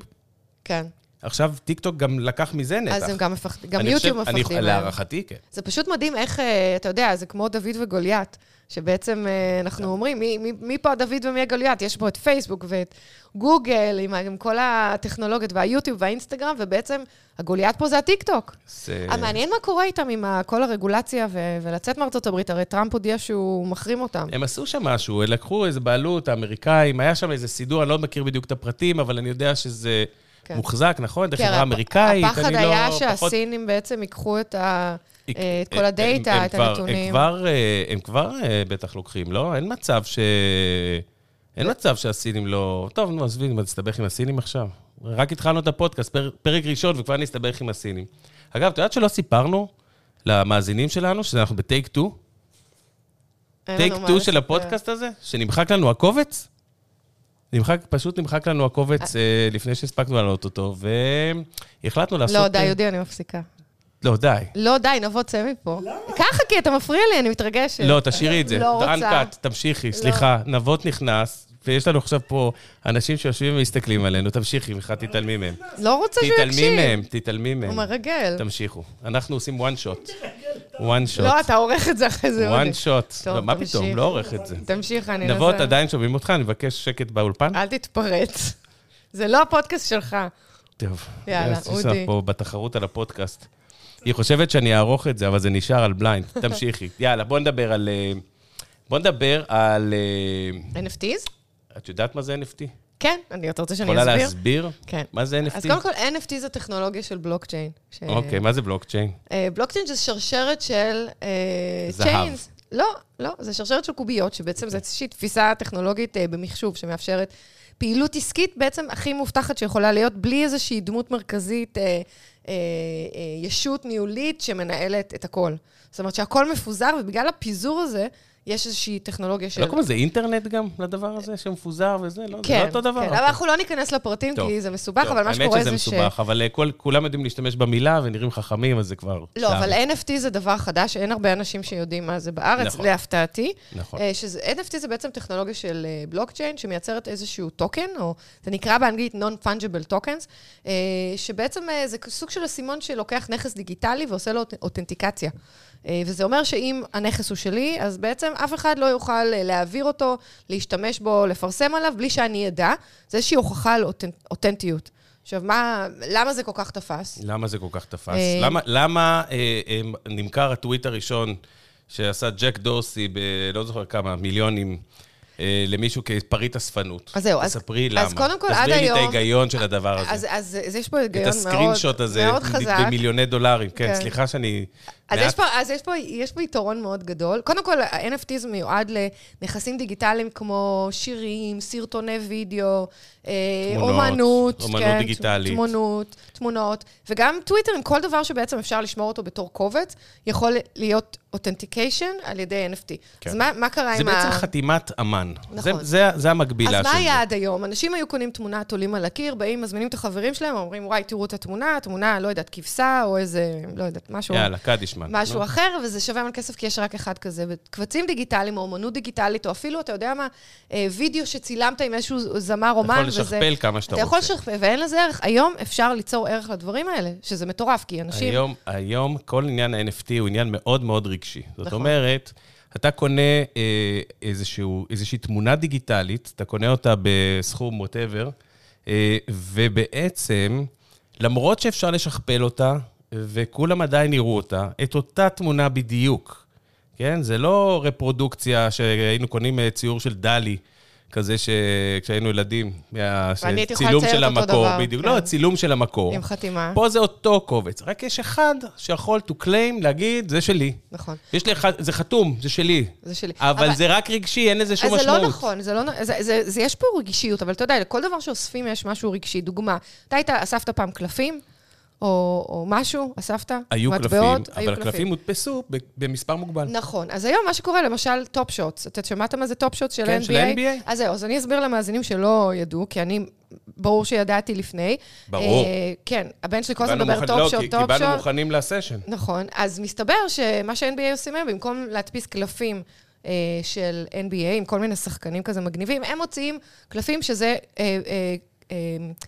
A: כן.
B: עכשיו טיקטוק גם לקח מזה נתח.
A: אז הם גם מפחדים, גם
B: אני
A: יוטיוב
B: חושב- אני-
A: מפחדים. מהם.
B: להערכתי, כן.
A: זה פשוט מדהים איך, אה, אתה יודע, זה כמו דוד וגוליית, שבעצם אה, אנחנו אומרים, מי, מי, מי פה הדוד ומי הגוליית? יש פה את פייסבוק ואת גוגל, עם, ה- עם כל הטכנולוגיות, והיוטיוב והאינסטגרם, ובעצם הגוליית פה זה הטיקטוק.
B: זה-
A: המעניין מה קורה איתם עם ה- כל הרגולציה ו- ולצאת מארצות הברית, הרי טראמפ הודיע שהוא מחרים אותם.
B: הם עשו שם משהו, לקחו איזה בעלות, האמריקאים, היה שם איזה סידור, אני לא מכיר בדיוק את הפרטים, אבל אני יודע שזה
A: כן.
B: מוחזק, נכון? זה
A: כן,
B: חברה
A: הפ-
B: אמריקאית, אני לא...
A: הפחד היה
B: פחות-
A: שהסינים בעצם ייקחו את ה-
B: הם-
A: אה, את כל
B: הם-
A: הדאטה,
B: הם
A: את
B: כבר-
A: הנתונים.
B: הם כבר, אה, הם כבר אה, בטח לוקחים, לא? אין מצב ש... אין מצב שהסינים לא... טוב, נו, עזבי, מה, נסתבך עם הסינים עכשיו? רק התחלנו את הפודקאסט, פר- פרק ראשון, וכבר נסתבך עם הסינים. אגב, את יודעת שלא סיפרנו למאזינים שלנו, שאנחנו בטייק 2?
A: אין לנו
B: טייק
A: מה
B: 2
A: לספר.
B: של הפודקאסט הזה? שנמחק לנו הקובץ? נמחק, פשוט נמחק לנו הקובץ אה, לפני שהספקנו לעלות אותו, והחלטנו לעשות...
A: לא, די,
B: אה,
A: יהודי, אני מפסיקה.
B: לא, די.
A: לא, די, נבוא, צא מפה. למה? ככה, כי אתה מפריע לי, אני מתרגשת.
B: לא, תשאירי את זה.
A: כן. לא רוצה. לא.
B: uncut, תמשיכי, סליחה. נבות נכנס, ויש לנו עכשיו פה אנשים שיושבים ומסתכלים עלינו. תמשיכי, מיכל, תתעלמי מהם.
A: לא רוצה שהוא יקשיב.
B: תתעלמי מהם, תתעלמי מהם.
A: הוא מרגל.
B: תמשיכו. אנחנו עושים one shot. one shot.
A: לא, אתה עורך את זה אחרי זה. אודי.
B: one shot.
A: טוב,
B: לא, מה
A: תמשיך.
B: פתאום, לא עורך את זה.
A: תמשיך, אני לא אה, אנסה.
B: נבות, עדיין שומעים אותך? אני מבקש שקט באולפן.
A: אל תתפרץ. זה לא הפודקאסט שלך.
B: טוב.
A: יאללה,
B: אז יש
A: אודי.
B: לה פה בתחרות על הפודקאסט. היא חושבת שאני אערוך את זה, אבל זה נשאר על בליינד. תמשיכי. יאללה, בוא נדבר על... אה, בוא נדבר על... אה,
A: NFTs?
B: את יודעת מה זה NFT?
A: כן, אני אתה רוצה שאני
B: יכולה
A: אסביר?
B: להסביר?
A: כן.
B: מה זה
A: אז
B: NFT?
A: קודם כל, NFT זה טכנולוגיה של בלוקצ'יין. ש-
B: אוקיי, מה זה בלוקצ'יין?
A: אה, בלוקצ'יין זה שרשרת של אה,
B: זהב. אוקיי.
A: צ'יינס. לא, לא, זה שרשרת של קוביות, שבעצם זו איזושהי תפיסה טכנולוגית אה, במחשוב שמאפשרת פעילות עסקית בעצם הכי מובטחת שיכולה להיות, בלי איזושהי דמות מרכזית, אה, אה, אה, ישות ניהולית שמנהלת את הכל. זאת אומרת שהכל מפוזר, ובגלל הפיזור הזה, יש איזושהי טכנולוגיה של...
B: לא קוראים לזה אינטרנט גם, לדבר הזה, שמפוזר וזה? לא, זה
A: כן,
B: לא אותו דבר.
A: כן, אבל אנחנו לא ניכנס לפרטים,
B: טוב,
A: כי זה מסובך,
B: טוב,
A: אבל מה שקורה זה ש...
B: האמת שזה מסובך, אבל אה, כל- כולם יודעים להשתמש במילה ונראים חכמים, אז זה כבר...
A: לא,
B: סתם.
A: אבל NFT זה דבר חדש, אין הרבה אנשים שיודעים מה זה בארץ,
B: נכון.
A: להפתעתי.
B: נכון.
A: אה, שזה, NFT זה בעצם טכנולוגיה של אה, בלוקצ'יין, שמייצרת איזשהו טוקן, או זה נקרא באנגלית Non-Fungible Tokens, אה, שבעצם אה, זה סוג של אסימון שלוקח נכס דיגיטלי ועושה לו אותנטיקציה. אה, וזה אומר שאם הנכס הוא שלי, אז בעצם אף אחד לא יוכל אה, להעביר אותו, להשתמש בו, לפרסם עליו, בלי שאני אדע. זה איזושהי הוכחה על אותנ- אותנטיות. עכשיו, מה, למה זה כל כך תפס?
B: למה זה כל כך תפס?
A: אה,
B: למה, למה אה, אה, נמכר הטוויט הראשון שעשה ג'ק דורסי ב... לא זוכר כמה, מיליונים, אה, למישהו כפרית אספנות?
A: אז זהו, אז-
B: תספרי
A: אז
B: למה.
A: קודם כל, עד
B: תסבירי לי את
A: היום-
B: ההיגיון של הדבר הזה.
A: אז, אז, אז יש פה היגיון
B: אוקיי. את
A: מאוד,
B: הסקרינשוט הזה,
A: מאוד
B: ב-
A: חזק.
B: במיליוני דולרים. כן,
A: כן.
B: סליחה שאני...
A: אז,
B: מעט-
A: יש פה, אז יש, פה, יש פה יתרון מאוד גדול. קודם כל, ה-NFTs מיועד לנכסים דיגיטליים כמו שירים, סרטוני וידאו, אה,
B: תמונות,
A: אומנות,
B: אומנות
A: כן,
B: דיגיטלית.
A: תמונות, תמונות, וגם טוויטר עם כל דבר שבעצם אפשר לשמור אותו בתור קובץ, יכול להיות אותנטיקיישן על ידי NFT.
B: כן.
A: כן. אז מה, מה קרה
B: זה
A: עם
B: בעצם
A: ה...
B: חתימת אמן. זה,
A: נכון.
B: זה, זה המקבילה
A: אז
B: של זה.
A: מה היה עד היום? אנשים היו קונים תמונה, תולים על הקיר, באים, מזמינים את החברים שלהם, אומרים, וואי, תראו את התמונה, התמונה, לא יודעת, כבשה, או איזה, לא יודעת, משהו.
B: יאללה, קדישמן.
A: משהו
B: נו.
A: אחר, וזה שווה המון כסף, כי יש רק אחד כזה. וקבצים דיגיטליים, או אומנות דיגיטלית, או אפילו, אתה יודע מה, אה, וידאו שצילמת עם איזשהו זמר אומן,
B: יכול
A: וזה...
B: לשכפל כמה שאתה
A: אתה יכול
B: רוצה.
A: לשכפל, ואין לזה ערך. היום אפשר ליצור ערך לדברים האלה, שזה מטורף, כי אנשים...
B: היום, היום כל עניין ה-NFT הוא עניין מאוד מאוד רגשי. זאת
A: נכון.
B: אומרת, אתה קונה אה, איזשהו, איזושהי תמונה דיגיטלית, אתה קונה אותה בסכום ווטאבר, אה, ובעצם, למרות שאפשר לשכפל אותה, וכולם עדיין יראו אותה, את אותה תמונה בדיוק. כן? זה לא רפרודוקציה שהיינו קונים אה, ציור של דלי, כזה שכשהיינו ילדים, מה-
A: ואני הייתי יכולה
B: צילום
A: לצייר
B: של
A: את אותו
B: המקור,
A: דבר,
B: בדיוק.
A: כן.
B: לא, צילום של המקור.
A: עם חתימה.
B: פה זה אותו קובץ, רק יש אחד שיכול to claim, להגיד, זה שלי.
A: נכון.
B: יש לי אחד, זה חתום, זה שלי.
A: זה שלי.
B: אבל זה רק רגשי, אין לזה שום
A: אז
B: משמעות.
A: זה לא נכון, זה לא נכון, זה, זה, זה, יש פה רגישיות, אבל אתה יודע, לכל דבר שאוספים יש משהו רגשי. דוגמה, אתה היית, אספת פעם קלפים, או, או משהו, אספת?
B: היו
A: מטבעות,
B: קלפים,
A: היו
B: אבל הקלפים הודפסו ב- במספר מוגבל.
A: נכון. אז היום מה שקורה, למשל, טופ שוטס. אתה שמעת מה זה טופ שוטס של
B: כן,
A: NBA?
B: של NBA.
A: אז זהו, אז אני אסביר למאזינים שלא ידעו, כי אני, ברור שידעתי לפני.
B: ברור.
A: אה, כן, הבן שלי כל הזמן
B: קיבלנו
A: מדבר
B: מוכן-
A: טופ
B: לא,
A: שוט,
B: כי-
A: טופ שוט.
B: קיבלנו מוכנים לסשן.
A: נכון, אז מסתבר שמה ש-NBA עושים היום, במקום להדפיס קלפים אה, של NBA עם כל מיני שחקנים כזה מגניבים, הם מוציאים קלפים שזה אה, אה, אה,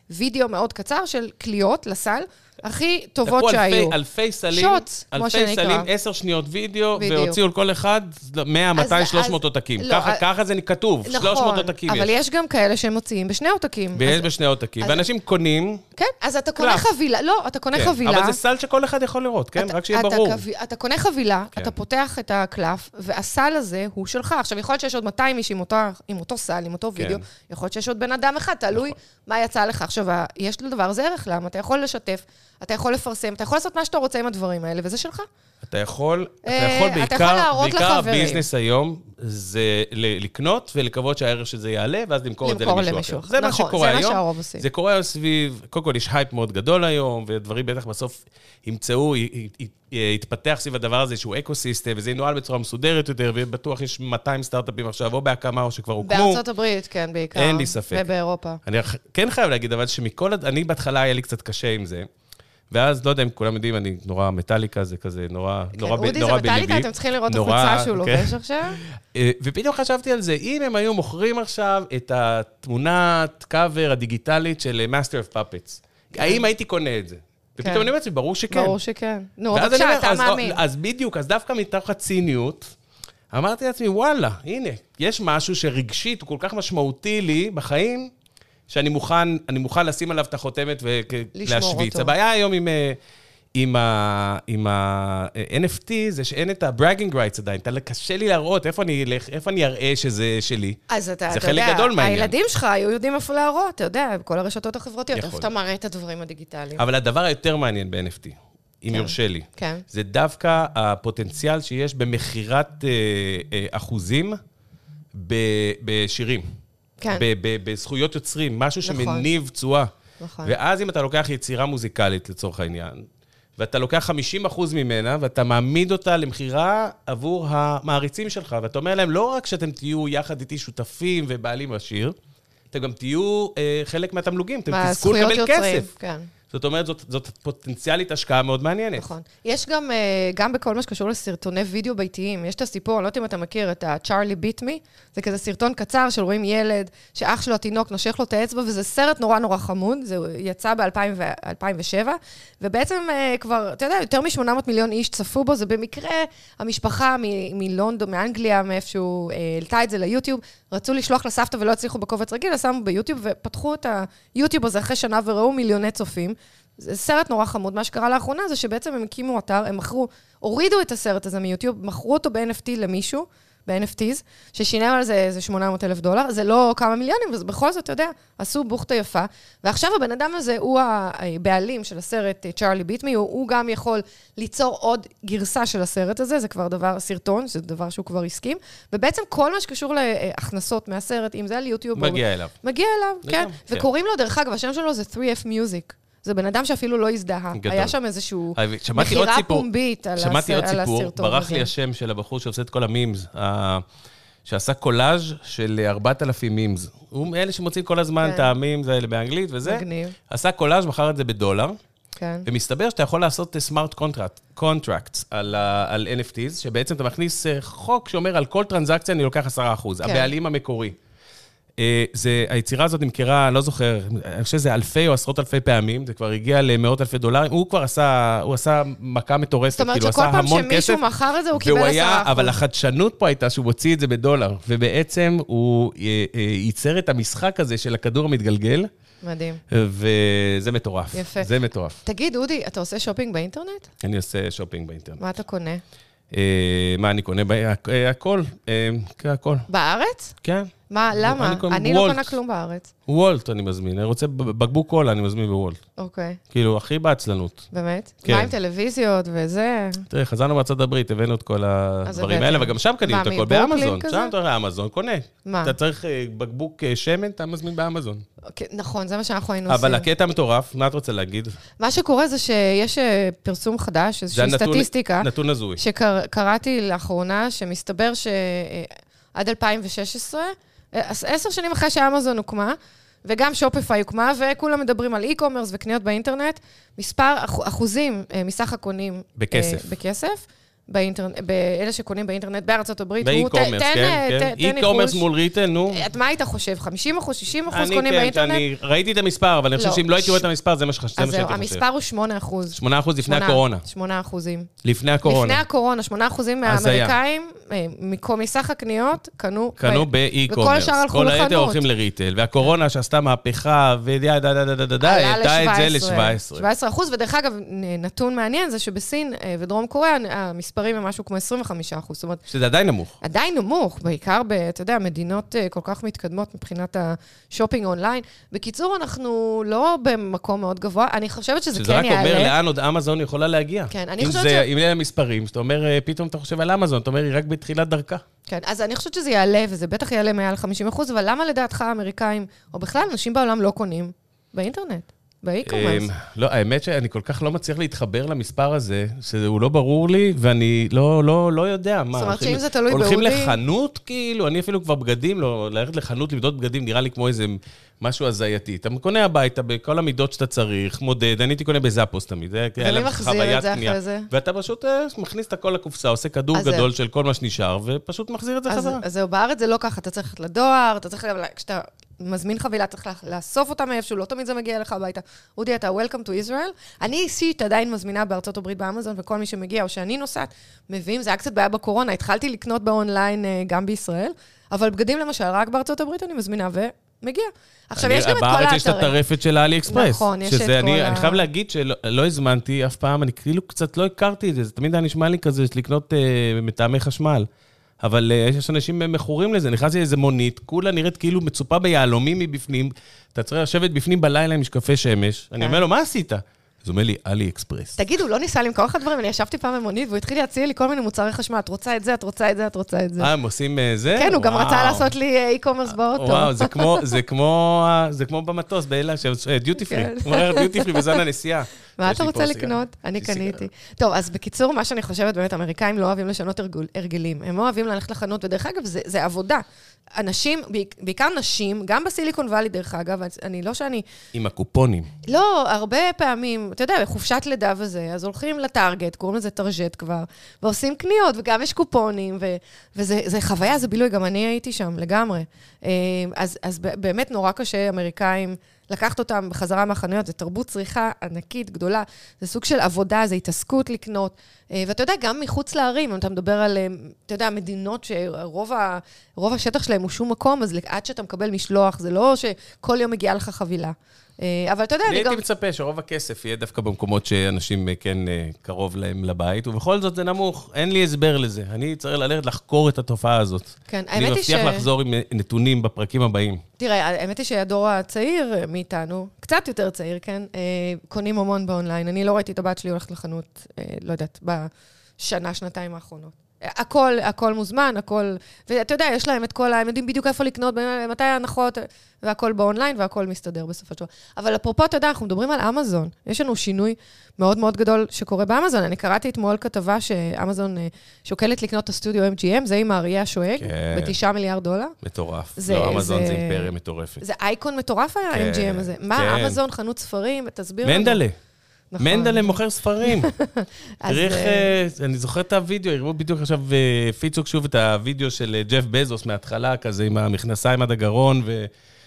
A: וידאו מאוד קצר של קליעות לסל, הכי טובות
B: לקחו
A: שהיו.
B: אלפי- אלפי סלים,
A: שוטס, כמו
B: אלפי
A: שנקרא.
B: סלים, עשר שניות וידאו,
A: בדיוק.
B: והוציאו לכל אחד 100, 200,
A: אז-
B: 300 עותקים.
A: לא,
B: ככה-
A: אז-
B: ככה זה כתוב, 300 עותקים
A: נכון, אבל
B: יש.
A: יש גם כאלה שמוציאים בשני עותקים.
B: ויש
A: אז-
B: בשני עותקים,
A: אז-
B: ואנשים קונים,
A: כן, אז אתה קונה
B: קלף.
A: חבילה, לא, אתה קונה
B: כן,
A: חבילה.
B: אבל זה סל שכל אחד יכול לראות, כן?
A: אתה-
B: רק שיהיה
A: אתה
B: ברור.
A: קב- אתה קונה חבילה,
B: כן.
A: אתה פותח את הקלף, והסל הזה הוא שלך. עכשיו, יכול להיות שיש עוד 200 איש עם אותה- עם אותו סל, עם אותו
B: כן.
A: וידאו, יכול להיות שיש עוד בן אדם אחד, תלוי
B: נכון.
A: מה יצא לך. עכשיו, ה- יש לדבר הזה ערך, למה? אתה יכול לשתף, אתה יכול לפרסם, אתה יכול לעשות מה שאתה רוצה עם הדברים האלה, וזה שלך.
B: אתה יכול, אתה
A: אה,
B: יכול
A: אתה יכול
B: בעיקר,
A: להראות
B: בעיקר
A: לחברים.
B: הביזנס היום זה ל- לקנות ולקוות שהערך של זה יעלה, ואז למכור את זה
A: למכור
B: למישהו
A: למישהו אחר.
B: אחר. זה מה
A: נכון,
B: שקורה
A: זה מה
B: היום.
A: שהרוב עושים.
B: זה קורה היום סביב, קודם כל יש הייפ מאוד גדול היום, ודברים בטח בסוף ימצאו, י- י- י- יתפתח סביב הדבר הזה שהוא אקו סיסטם, וזה ינוהל בצורה מסודרת יותר, ובטוח יש 200 סטארט-אפים עכשיו, או בהקמה או שכבר הוקמו.
A: בארצות הברית, כן, בעיקר.
B: אין לי ספק.
A: ובאירופה.
B: אני אח- כן חייב להגיד, אבל שמכל... הד- אני בהתחלה היה לי קצת קשה עם זה. ואז, לא יודע אם כולם יודעים, אני נורא מטאליקה, זה כזה נורא,
A: כן,
B: נורא, ב-
A: אודי זה
B: נורא בליבי.
A: מטאליקה, אתם צריכים לראות את
B: נורא-
A: החולצה שהוא
B: כן.
A: לובש עכשיו.
B: אה, ופתאום חשבתי על זה, אם הם היו מוכרים עכשיו את התמונת קאבר הדיגיטלית של אה, Master of Puppets, האם הייתי קונה את זה? ופתאום
A: כן.
B: אני אומר לעצמי, ברור שכן.
A: ברור שכן. נו,
B: ואז אני
A: בבקשה,
B: אומר,
A: אתה
B: אז- לא,
A: מאמין.
B: אז בדיוק, אז דווקא מתוך הציניות, אמרתי לעצמי, וואלה, הנה, יש משהו שרגשית הוא כל כך משמעותי לי בחיים, שאני מוכן, אני מוכן לשים עליו את החותמת
A: לשמור
B: ולהשוויץ.
A: אותו.
B: הבעיה היום עם... אה, עם ה... עם ה... אה, NFT זה שאין את ה-bragging rights עדיין. אתה- קשה לי להראות איפה אני אלך, איפה אני אראה שזה שלי.
A: אז אתה,
B: זה
A: אתה
B: חלק
A: יודע,
B: גדול מהעניין.
A: הילדים שלך היו יודעים איפה להראות, אתה יודע, בכל הרשתות החברתיות,
B: יכול.
A: איפה אתה מראה את הדברים הדיגיטליים.
B: אבל הדבר היותר מעניין ב-NFT, אם
A: כן.
B: יורשה לי,
A: כן.
B: זה דווקא הפוטנציאל שיש במכירת אה, אה, אחוזים ב, בשירים.
A: כן.
B: ב, ב, בזכויות יוצרים, משהו
A: נכון.
B: שמניב תשואה.
A: נכון.
B: ואז אם אתה לוקח יצירה מוזיקלית, לצורך העניין, ואתה לוקח 50% ממנה, ואתה מעמיד אותה למכירה עבור המעריצים שלך, ואתה אומר להם, לא רק שאתם תהיו יחד איתי שותפים ובעלים בשיר, אתם גם תהיו אה, חלק מהתמלוגים, אתם תזכו
A: מהזכויות
B: לקבל
A: יוצרים,
B: כסף.
A: כן.
B: זאת אומרת, זאת, זאת פוטנציאלית השקעה מאוד מעניינת.
A: נכון. יש גם, אה, גם בכל מה שקשור לסרטוני וידאו ביתיים, יש את הסיפור, אני לא יודעת אם אתה מכיר, את ה-Charlie Beat Me, זה כזה סרטון קצר שרואים ילד, שאח שלו התינוק נושך לו את האצבע, וזה סרט נורא נורא חמוד, זה יצא ב-2007, ובעצם אה, כבר, אתה יודע, יותר מ-800 מיליון איש צפו בו, זה במקרה, המשפחה מ- מלונדון, מאנגליה, מאיפשהו, אה, העלתה את זה ליוטיוב, רצו לשלוח לסבתא ולא הצליחו בקובץ רגיל, אז שמו ביוטיוב ופתחו את היוטיוב הזה אחרי שנה וראו מיליוני צופים. זה סרט נורא חמוד. מה שקרה לאחרונה זה שבעצם הם הקימו אתר, הם מכרו, הורידו את הסרט הזה מיוטיוב, מכרו אותו ב-NFT למישהו, ב-NFTs, ששילם על זה איזה 800 אלף דולר, זה לא כמה מיליונים, אז בכל זאת, אתה יודע, עשו בוכטה יפה. ועכשיו הבן אדם הזה הוא הבעלים של הסרט אה, צ'ארלי ביטמי, הוא, הוא גם יכול ליצור עוד גרסה של הסרט הזה, זה כבר דבר, סרטון, זה דבר שהוא כבר הסכים. ובעצם כל מה שקשור להכנסות מהסרט, אם זה על יוטיוב... או- לא,
B: מגיע אליו.
A: מגיע אליו, כן.
B: לגמרי, כן.
A: וקוראים לו, דרך אגב, השם שלו זה 3F Music. זה בן אדם שאפילו לא הזדהה.
B: גדול.
A: היה שם איזשהו
B: אבל שמעתי עוד
A: מכירה
B: סיפור.
A: פומבית על
B: שמעתי עוד
A: הסר- על
B: סיפור,
A: הסרטון
B: ברח
A: הזה.
B: לי השם של הבחור שעושה את כל המימס, ה- שעשה קולאז' של 4,000 מימס. הוא מאלה שמוצאים כל הזמן
A: כן.
B: את המימס האלה באנגלית וזה.
A: מגניב.
B: עשה קולאז', מכר את זה בדולר,
A: כן.
B: ומסתבר שאתה יכול לעשות אה, סמארט קונטרקט על ה- על NFTs, שבעצם אתה מכניס אה, חוק שאומר על כל טרנזקציה אני לוקח 10%,
A: כן.
B: הבעלים המקורי. אה, זה, היצירה הזאת נמכרה, אני לא זוכר, אני חושב שזה אלפי או עשרות אלפי פעמים, זה כבר הגיע למאות אלפי דולרים, הוא כבר עשה, הוא עשה מכה
A: זאת
B: מטורסת,
A: אומרת
B: כאילו
A: שכל
B: עשה
A: פעם
B: המון כסף.
A: שמישהו מכר את זה, הוא קיבל
B: והוא
A: 10%.
B: היה, אבל החדשנות פה הייתה שהוא הוציא את זה בדולר, ובעצם הוא אה, אה, ייצר את המשחק הזה של הכדור המתגלגל,
A: מדהים.
B: וזה מטורף.
A: יפה.
B: זה מטורף.
A: תגיד, אודי, אתה עושה שופינג באינטרנט?
B: אני עושה שופינג באינטרנט.
A: מה אתה קונה?
B: אה, מה אני קונה? ב- הכ- אה, הכל, אה, כן, הכל.
A: בארץ?
B: כן.
A: מה, למה?
B: אני קונה
A: אני לא
B: וולט.
A: קונה כלום בארץ.
B: וולט אני מזמין, אני רוצה ב- בקבוק קולה, אני מזמין בוולט.
A: אוקיי,
B: כאילו, הכי בעצלנות.
A: באמת?
B: כן.
A: מה עם טלוויזיות וזה?
B: תראה, חזרנו מארצות הברית, הבאנו את כל הדברים
A: הבאתם.
B: האלה, וגם שם קנינו
A: מה,
B: את הכל
A: מברוקלין
B: באמזון.
A: כזה?
B: שם אתה רואה אמזון, קונה.
A: מה?
B: אתה צריך אה, בקבוק אה, שמן, אתה מזמין באמזון.
A: אוקיי, נכון, זה מה שאנחנו היינו עושים.
B: אבל הקטע המטורף, מה את רוצה להגיד?
A: מה שקורה זה שיש אה, פרסום חדש,
B: זה
A: איזושהי
B: הנתון-
A: סטטיסטיקה.
B: נתון הזוי.
A: שקראתי לאחרונה, שמסתבר אה, שעד 2016, אה, עש- עשר שנים אחרי שאמזון הוקמה, וגם שופיפיי הוקמה, וכולם מדברים על אי-קומרס וקניות באינטרנט, מספר אחו- אחוזים אה, מסך הקונים... אה,
B: בכסף.
A: בכסף. באינטרנט, באלה שקונים באינטרנט בארצות הברית, הוא- ת-
B: באי-קומרס,
A: תן,
B: כן,
A: אה,
B: כן.
A: ת- תן
B: אי-קומרס
A: ניחוש. אה,
B: מול ריטל, נו.
A: את מה היית חושב? 50 אחוז, 60 אחוז
B: אני
A: קונים
B: כן,
A: באינטרנט?
B: אני ראיתי את המספר, אבל אני חושב
A: לא,
B: שאם לא הייתי רואה
A: ש-
B: את המספר, זה מה שחש- זה
A: אז
B: מה שהייתי
A: זהו,
B: חושב.
A: המספר הוא 8 אחוז.
B: 8% לפני הקורונה.
A: 8 אחוזים.
B: לפני הקורונה.
A: לפני הקורונה, 8%
B: הזיה.
A: מהאמריקאים, אה, מכו- מסך הקניות, קנו...
B: קנו
A: ב-
B: באי-קומרס.
A: וכל השאר הלכו
B: כל היתר
A: לחנות.
B: הולכים לריטל, והקורונה שעשתה מהפכה, ודה דה דה דה דה דה דה,
A: עלה
B: העלתה את זה
A: ל- 17%.
B: ל-17.
A: 17 אחוז, ודרך אגב, נ- נתון מעניין זה שבסין אה, ודרום קוריאה נ- המספרים הם משהו כמו 25 אחוז. זאת אומרת,
B: שזה עדיין נמוך.
A: עדיין נמוך, בעיקר, ב, אתה יודע, מדינות אה, כל כך מתקדמות מבחינת השופינג אונליין. בקיצור, אנחנו לא במקום מאוד גבוה, אני חושבת שזה
B: שזה רק
A: כן יעלה.
B: אומר לאן עוד אמזון יכולה להגיע.
A: כן, אני
B: אם
A: חושבת
B: זה-
A: ש-
B: אם אלה מספרים, שאתה אומר, אה, פתאום אתה חושב על אמזון, אתה אומר, היא רק בתחילת דרכה.
A: כן, אז אני חושבת שזה יעלה, וזה בטח יעלה מעל 50 אחוז, אבל למה לדעתך האמריקאים, או בכלל אנשים בעולם לא קונים? באינטרנט, באי-קומרס.
B: אמ, לא, האמת שאני כל כך לא מצליח להתחבר למספר הזה, שהוא לא ברור לי, ואני לא, לא, לא יודע מה.
A: זאת אומרת
B: הולכים-
A: שאם זה תלוי
B: הולכים
A: באודי-
B: לחנות, כאילו, אני אפילו כבר בגדים, לא, ללכת לחנות למדוד בגדים נראה לי כמו איזה משהו הזייתי. אתה קונה הביתה בכל המידות שאתה צריך, מודד, אני הייתי קונה בזאפוס תמיד, זה היה
A: ומי
B: לך
A: מחזיר
B: חוויית
A: את זה אחרי
B: קנייה.
A: זה?
B: ואתה פשוט אה, מכניס את הכל לקופסה, עושה כדור
A: אז זהו.
B: גדול של כל מה שנשאר, ופשוט מחזיר את זה
A: אז
B: חזרה.
A: אז זהו, בארץ זה לא ככה, אתה צריך ללכת לדואר, אתה צריך גם, לה- כשאתה מזמין חבילה, צריך לה- לאסוף אותה מאיפשהו, לא תמיד זה מגיע לך הביתה. אודי, אתה Welcome to Israel. אני אישית עדיין מזמינה בארצות הברית באמזון, וכל מי שמגיע, או שאני נוסעת, מביאים, זה היה קצת בעיה בקורונה, התחלתי לקנות באונליין אה, גם בישראל, אבל בגדים למשל, רק בארצות הברית אני מזמינה, ומגיע. עכשיו,
B: אני-
A: יש גם את כל האתרים.
B: בארץ יש את הטרפת של האלי אקספרס.
A: נכון, יש
B: שזה
A: את כל
B: אני,
A: ה-
B: אני חייב להגיד שלא לא הזמנתי אף פעם, אני כאילו קצת לא הכרתי את זה, זה תמיד היה נשמע לי כזה של לקנות אה, מטעמי חשמל. אבל אה, יש אנשים מכורים לזה, נכנסתי לאיזה מונית, כולה נראית כאילו מצופה ביהלומים מבפנים, אתה צריך לשבת בפנים בלילה עם משקפי שמש. אני אומר לו, מה עשית? אז הוא אומר לי, אלי אקספרס.
A: כן. תגיד, הוא לא ניסה למכור לך דברים? אני ישבתי פעם במונית והוא התחיל להציע לי כל מיני מוצרי חשמל. את רוצה את זה, את רוצה את זה, את רוצה את זה.
B: אה, הם עושים אה, זה?
A: כן, הוא גם
B: וואו.
A: רצה לעשות לי אה, e-commerce באוטו.
B: וואו, זה כמו, זה כמו, ה- זה כמו במטוס אה, באילת, דיוטי פרי.
A: כן.
B: הוא אומר דיוטי פרי בזמן הנסיעה.
A: מה
B: יש
A: אתה
B: לי פה
A: רוצה
B: סיגר.
A: לקנות? אני
B: יש לי סיגר.
A: קניתי. טוב, אז בקיצור, מה שאני חושבת, באמת, אמריקאים לא אוהבים לשנות הרגול- הרגלים. הם לא אוהבים ללכת לחנות, ודרך אגב, זה- זה עבודה. אנשים, בעיק- בעיקר נשים, גם בסיליקון וואלי, דרך אגב, אז אני לא שאני...
B: עם הקופונים.
A: לא, הרבה פעמים, אתה יודע, בחופשת לידה וזה, אז הולכים לטארגט, קוראים לזה טרגט כבר, ועושים קניות, וגם יש קופונים, ו- וזה זה חוויה, זה בילוי, גם אני הייתי שם לגמרי. אה, אז, אז ב- באמת נורא קשה, אמריקאים, לקחת אותם בחזרה מהחנויות, זו תרבות צריכה ענקית, גדולה, זה סוג של עבודה, זה התעסקות לקנות. אה, ואתה יודע, גם מחוץ לערים, אם אתה מדבר על, אה, אתה יודע, מדינות שרוב ה- רוב השטח שלהם הוא שום מקום, אז עד שאתה מקבל משלוח, זה לא שכל יום מגיעה לך חבילה. אה, אבל אתה יודע,
B: אני
A: אני גם...
B: הייתי מצפה שרוב הכסף יהיה דווקא במקומות שאנשים אה, כן אה, קרוב להם לבית, ובכל זאת זה נמוך, אין לי הסבר לזה. אני צריך ללכת לחקור את התופעה הזאת.
A: כן,
B: אני
A: האמת היא
B: מבטיח
A: ש-
B: לחזור עם אה, נתונים בפרקים הבאים.
A: תראה, האמת היא שהדור הצעיר מאיתנו, קצת יותר צעיר, כן, אה, קונים המון באונליין. אני לא ראיתי את הבת שלי הולכת לחנות, אה, לא יודעת, בשנה, שנתיים האחרונות. אה, הכל, הכל מוזמן, הכל... ואתה יודע, יש להם את כל ה... הם יודעים בדיוק איפה לקנות, בין- מתי ההנחות, אה, והכל באונליין, והכל מסתדר בסופו של דבר. אבל אפרופו, אתה יודע, אנחנו מדברים על אמזון. יש לנו שינוי מאוד מאוד גדול שקורה באמזון. אני קראתי אתמול כתבה שאמזון אה, שוקלת לקנות את הסטודיו MGM, זה עם האריה השואג,
B: כן.
A: ב-9 מיליארד דולר.
B: מטורף.
A: זה-
B: לא, אמזון
A: זה-
B: זה אימפריה מטורפת.
A: זה אייקון מטורף היה,
B: כן,
A: ה-MGM הזה. מה,
B: כן.
A: אמזון, חנות ספרים, תסביר לנו.
B: מנדלה,
A: לא נכון.
B: מנדלה מוכר ספרים.
A: אז,
B: תראי איך,
A: אה,
B: אה, אני זוכר את הוידאו, הראו בדיוק עכשיו, אה, הפיצו שוב את הוידאו של אה, ג'ף בזוס מההתחלה, כזה עם המכנסיים עד הגרון, ו...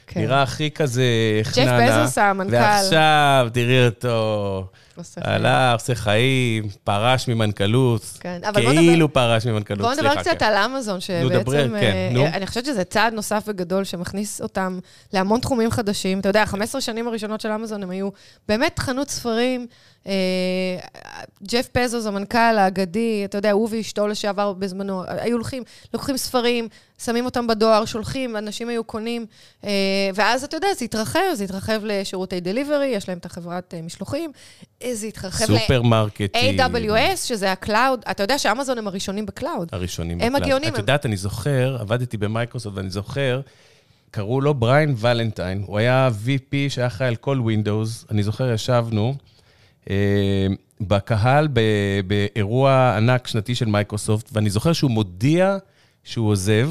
A: כן.
B: נראה הכי כזה חננה.
A: בזוס, המנכ"ל.
B: ועכשיו, תראי אותו.
A: עושה חיים.
B: עלה, עושה חיים, פרש ממנכ"לות.
A: כן, אבל בוא
B: כאילו פרש ממנכ"לות,
A: בואו נדבר
B: סליחה,
A: קצת
B: כן.
A: על אמזון,
B: דברר,
A: שבעצם...
B: כן,
A: אה,
B: נו.
A: אני חושבת שזה צעד נוסף וגדול שמכניס אותם להמון תחומים חדשים. אתה יודע,
B: כן.
A: 15 שנים הראשונות של אמזון הם היו באמת חנות ספרים. אה, ג'ף פזוס, המנכ"ל האגדי, אתה יודע, הוא ואשתו לשעבר בזמנו, היו הולכים, לוקחים ספרים, שמים אותם בדואר, שולחים, אנשים היו קונים, אה, ואז אתה יודע, זה התרחב, זה התרחב לשירותי דליברי, יש להם את החברת אה, משלוחים, אה, זה התרחב
B: סופרמרקטים.
A: ל-AWS, שזה הקלאוד, אתה יודע שאמזון הם הראשונים בקלאוד.
B: הראשונים.
A: הם
B: בכלל.
A: הגאונים,
B: את
A: הם-
B: יודעת, אני זוכר, עבדתי במייקרוסופט ואני זוכר, קראו לו בריין ולנטיין, הוא היה VP שהיה אחראי על כל Windows, אני זוכר, ישבנו אה, בקהל ב- באירוע ענק שנתי של מייקרוסופט, ואני זוכר שהוא מודיע שהוא עוזב.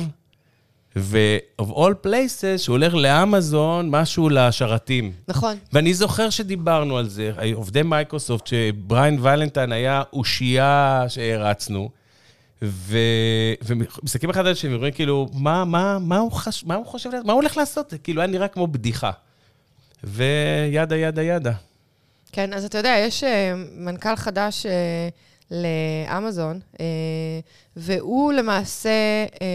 B: ו-of all places, שהוא הולך לאמזון, משהו לשרתים.
A: נכון.
B: ואני זוכר שדיברנו על זה, עובדי מייקרוסופט, שבריין ולנטיין היה אושייה שהרצנו, ו... ומסתכלים אחד על השני ואומרים, כאילו, מה, מה, מה, הוא חש... מה הוא חושב, לעשות? מה הוא הולך לעשות? זה כאילו, היה נראה כמו בדיחה. וידה, ידה, ידה.
A: כן, אז אתה יודע, יש אה, מנכ"ל חדש אה, לאמזון, אה, והוא למעשה אה,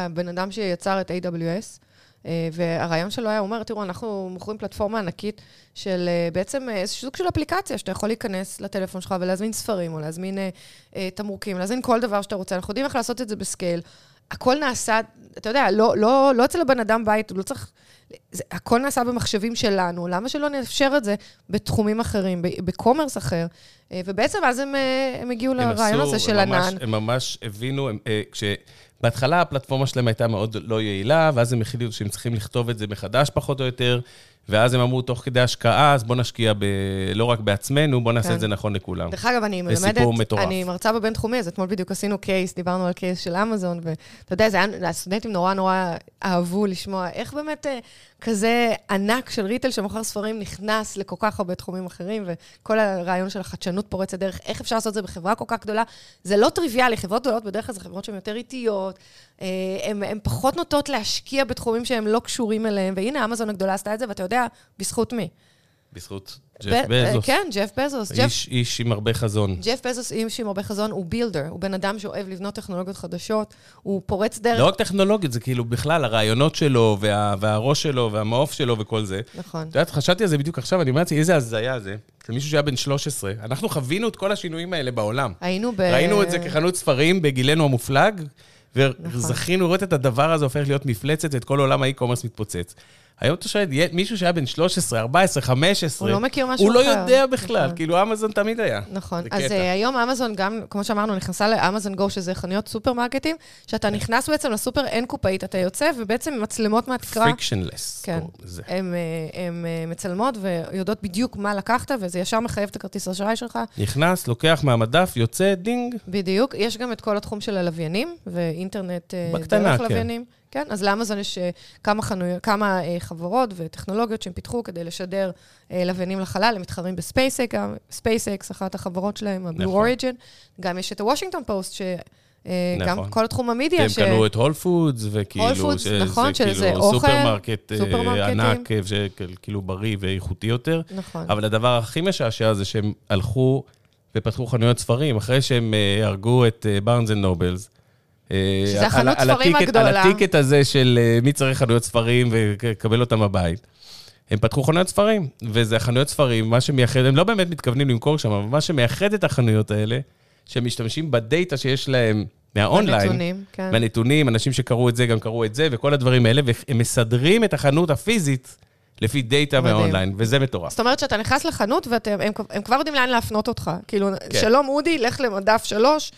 A: הבן אדם שיצר את AWS, אה, והרעיון שלו היה, הוא אומר, תראו, אנחנו מוכרים פלטפורמה ענקית של אה, בעצם אה, איזשהו סוג של אפליקציה, שאתה יכול להיכנס לטלפון שלך ולהזמין ספרים, או להזמין אה, אה, תמרוקים, להזמין כל דבר שאתה רוצה. אנחנו יודעים איך לעשות את זה בסקייל. הכל נעשה, אתה יודע, לא, לא, לא אצל הבן אדם בית, הוא לא צריך... זה, הכל נעשה במחשבים שלנו, למה שלא נאפשר את זה בתחומים אחרים, ב- בקומרס אחר? אה, ובעצם אז הם, אה, הם הגיעו
B: הם
A: לרעיון
B: עשו-
A: הזה של
B: הם ממש-
A: ענן.
B: הם ממש הבינו, הם, אה, כש... בהתחלה הפלטפורמה שלהם הייתה מאוד לא יעילה, ואז הם החליטו שהם צריכים לכתוב את זה מחדש פחות או יותר, ואז הם אמרו, תוך כדי השקעה, אז בואו נשקיע ב... לא רק בעצמנו, בואו נעשה
A: כן.
B: את זה נכון לכולם.
A: דרך אגב, אני
B: זה
A: מלמדת,
B: סיפור מטורף.
A: אני מרצה בבינתחומי, אז אתמול בדיוק עשינו קייס, דיברנו על קייס של אמזון, ואתה יודע, זה היה, הסטודנטים נורא נורא אהבו לשמוע איך באמת אה, כזה ענק של ריטל שמוכר ספרים נכנס לכל כך הרבה תחומים אחרים, וכל הרעיון של החדשנות פורצת דרך, איך אפשר לעשות את זה בחברה כל כך גדולה, זה לא טריוויאלי, חברות גדולות בדרך כלל זה חברות שהן יותר איטיות, אה, הן פחות נוטות להשקיע בתחומים שהם לא קשורים אליהם, והנה אמזון הגדולה עשתה את זה, ואתה יודע, בזכות מי?
B: בזכות
A: ב-
B: ג'ף
A: אה,
B: בזוס.
A: כן, ג'ף בזוס. ג'ף
B: איש, איש עם הרבה חזון.
A: ג'ף בזוס, איש עם הרבה חזון, הוא בילדר, הוא בן אדם שאוהב לבנות טכנולוגיות חדשות, הוא פורץ דרך.
B: לא רק טכנולוגית, זה כאילו בכלל הרעיונות שלו, וה, והראש שלו, והמעוף שלו וכל זה.
A: נכון.
B: את יודעת, חשבתי על זה בדיוק עכשיו, אני אומר לעצמי, איזה הזיה זה, של מישהו שהיה בן 13. אנחנו חווינו את כל השינויים האלה בעולם.
A: היינו ב...
B: ראינו את זה כחנות ספרים בגילנו
A: נכון.
B: המופלג, וזכינו לראות את הדבר הזה הופך להיות מפלצת, ואת כל עולם האי-קומרס מתפוצץ. היום אתה שואל, ילד- מישהו שהיה בן 13, 14, 15,
A: הוא לא מכיר משהו
B: הוא לא
A: אחר.
B: יודע בכלל,
A: נכון.
B: כאילו אמזון תמיד היה.
A: נכון.
B: זה
A: אז
B: קטע.
A: אה, היום אמזון גם, כמו שאמרנו, נכנסה לאמזון גו, שזה חנויות סופרמרקטים,
B: כן.
A: שאתה נכנס בעצם לסופר, אין קופאית, אתה יוצא, ובעצם מצלמות מהתקרה,
B: פריקשנלס.
A: כן.
B: זה.
A: הן אה, הן, אה, מצלמות ויודעות בדיוק מה לקחת, וזה ישר מחייב את הכרטיס האשראי שלך.
B: נכנס, לוקח מהמדף, יוצא, דינג.
A: בדיוק. יש גם את כל התחום של הלוויינים, ואינטרנט אה,
B: בקטנה,
A: דרך
B: כן.
A: לוויינים. כן, אז לאמזון יש אה, כמה, חנויות, כמה אה, חברות וטכנולוגיות שהם פיתחו כדי לשדר אה, לוויינים לחלל, הם מתחרים בספייסק, גם- ספייסקס, אחת החברות שלהם, ה-Blue
B: נכון.
A: Origin. גם יש את הוושינגטון פוסט, שגם
B: נכון.
A: אה, כל התחום
B: הם
A: המידיה, ש...
B: קנו את הול פודס, וכאילו,
A: אה, Whole Foods,
B: שזה
A: נכון, שזה
B: כאילו
A: אוכל,
B: סופרמרקט אה,
A: סופרמרקטים.
B: ענק, אה, שכאילו בריא ואיכותי יותר.
A: נכון.
B: אבל הדבר הכי משעשע זה שהם הלכו ופתחו חנויות ספרים, אחרי שהם אה, הרגו את בארנס אנד נובלס.
A: שזה החנות ספרים
B: אה, על
A: הגדולה.
B: הטיקט הזה של אה, מי צריך חנויות ספרים ולקבל אותם הבית. הם פתחו חנויות ספרים, וזה החנויות ספרים, מה שמייחד, הם לא באמת מתכוונים למכור שם, אבל מה שמייחד את החנויות האלה, שהם משתמשים בדאטה שיש להם מהאונליין.
A: בנתונים, כן.
B: מהנתונים, אנשים שקראו את זה גם קראו את זה, וכל הדברים האלה, והם מסדרים את החנות הפיזית לפי דאטה
A: מדהים.
B: מהאונליין, וזה מטורף.
A: זאת אומרת שאתה נכנס לחנות והם הם, הם כבר יודעים לאן להפנות אותך. כאילו,
B: כן.
A: כן. שלום אודי, לך למדף שלוש.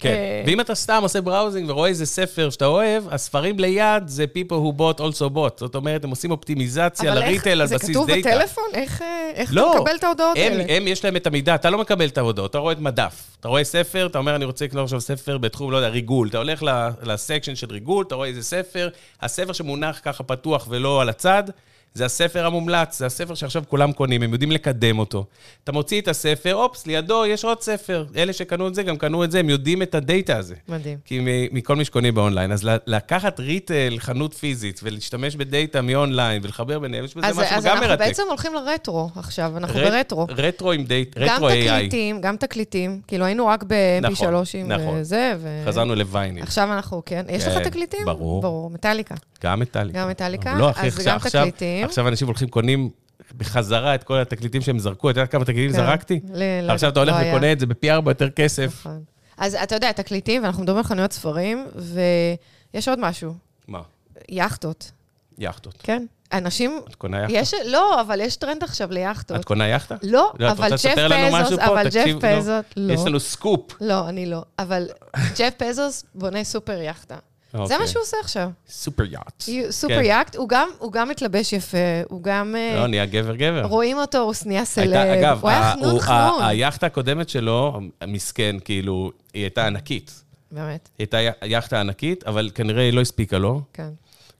B: כן.
A: אה,
B: ואם אתה סתם עושה בראוזינג ורואה איזה ספר שאתה אוהב, הספרים ליד זה people who bought also bought. זאת אומרת, הם עושים אופטימיזציה
A: אבל איך-
B: לריטל על
A: זה
B: בסיס
A: כתוב
B: דאטה.
A: בטלפון? איך, אה, איך
B: לא,
A: אתה מקבל את ההודעות
B: הם,
A: האלה?
B: הם, יש להם את המידע, אתה לא מקבל את ההודעות, אתה רואה את מדף. אתה רואה ספר, אתה אומר, אני רוצה לקנות עכשיו ספר בתחום, לא יודע, ריגול. אתה הולך ל- לסקשן של ריגול, אתה רואה איזה ספר, הספר שמונח ככה פתוח ולא על הצד, זה הספר המומלץ, זה הספר שעכשיו כולם קונים, הם יודעים לקדם אותו. אתה מוציא את הספר, אופס, לידו יש עוד ספר. אלה שקנו את זה, גם קנו את זה, הם יודעים את הדאטה הזה.
A: מדהים.
B: כי מ- מכל מי שקונים באונליין. אז ל- לקחת ריטל, חנות פיזית, ולהשתמש בדאטה מאונליין, ולחבר ביניהם, יש בזה
A: אז,
B: משהו גם מרתק.
A: אז אנחנו בעצם הולכים לרטרו עכשיו, אנחנו
B: רט-
A: ברטרו.
B: רטרו עם דייט,
A: גם
B: רטרו AI.
A: תקליטים, גם תקליטים. כאילו, היינו רק ב-MP3 עם אה,
B: נכון, נכון.
A: זה, ו...
B: חזרנו לוויינים.
A: עכשיו אנחנו, כן. יש
B: כן,
A: לך תקליטים?
B: ברור.
A: ברור, מטאליקה.
B: גם מטאליקה.
A: גם מטאליקה,
B: אבל לא, אחי,
A: אז זה
B: עכשיו-
A: גם
B: עכשיו-
A: תקליטים.
B: עכשיו אנשים הולכים, קונים בחזרה את כל התקליטים שהם זרקו, אתה יודע כמה תקליטים
A: כן.
B: זרקתי?
A: ל- לא
B: עכשיו
A: יודע,
B: אתה הולך
A: לא היה.
B: וקונה את זה בפי ארבע יותר כסף.
A: נכון. אז אתה יודע, תקליטים, ואנחנו מדברים על חנויות ספרים, ויש עוד משהו,
B: מה?
A: יאכטות,
B: יאכטות.
A: כן? אנשים...
B: את קונה יאכטה?
A: יש... לא, אבל יש טרנד עכשיו ליאכטות.
B: את קונה יאכטה?
A: לא,
B: את
A: אבל
B: רוצה
A: ג'ף
B: לספר לנו משהו
A: פזוס,
B: פה?
A: אבל
B: תקשיב,
A: ג'ף פזוס, לא.
B: יש לנו סקופ.
A: לא, אני לא. אבל ג'ף פזוס בונה סופר יאכטה. זה
B: אוקיי.
A: מה שהוא עושה עכשיו.
B: סופר יאכט.
A: סופר
B: כן.
A: יאכט, הוא גם- הוא גם מתלבש יפה, הוא גם... אה,
B: לא, נהיה גבר גבר.
A: רואים אותו, הוא נהיה סלב.
B: הייתה, אגב,
A: הוא היה
B: ה-
A: חנון
B: הוא- ה-
A: חנון.
B: היאכטה הקודמת שלו, המסכן, כאילו, היא הייתה ענקית.
A: באמת,
B: היא הייתה יא- יאכטה ענקית, אבל כנראה היא לא הספיקה לו.
A: כן.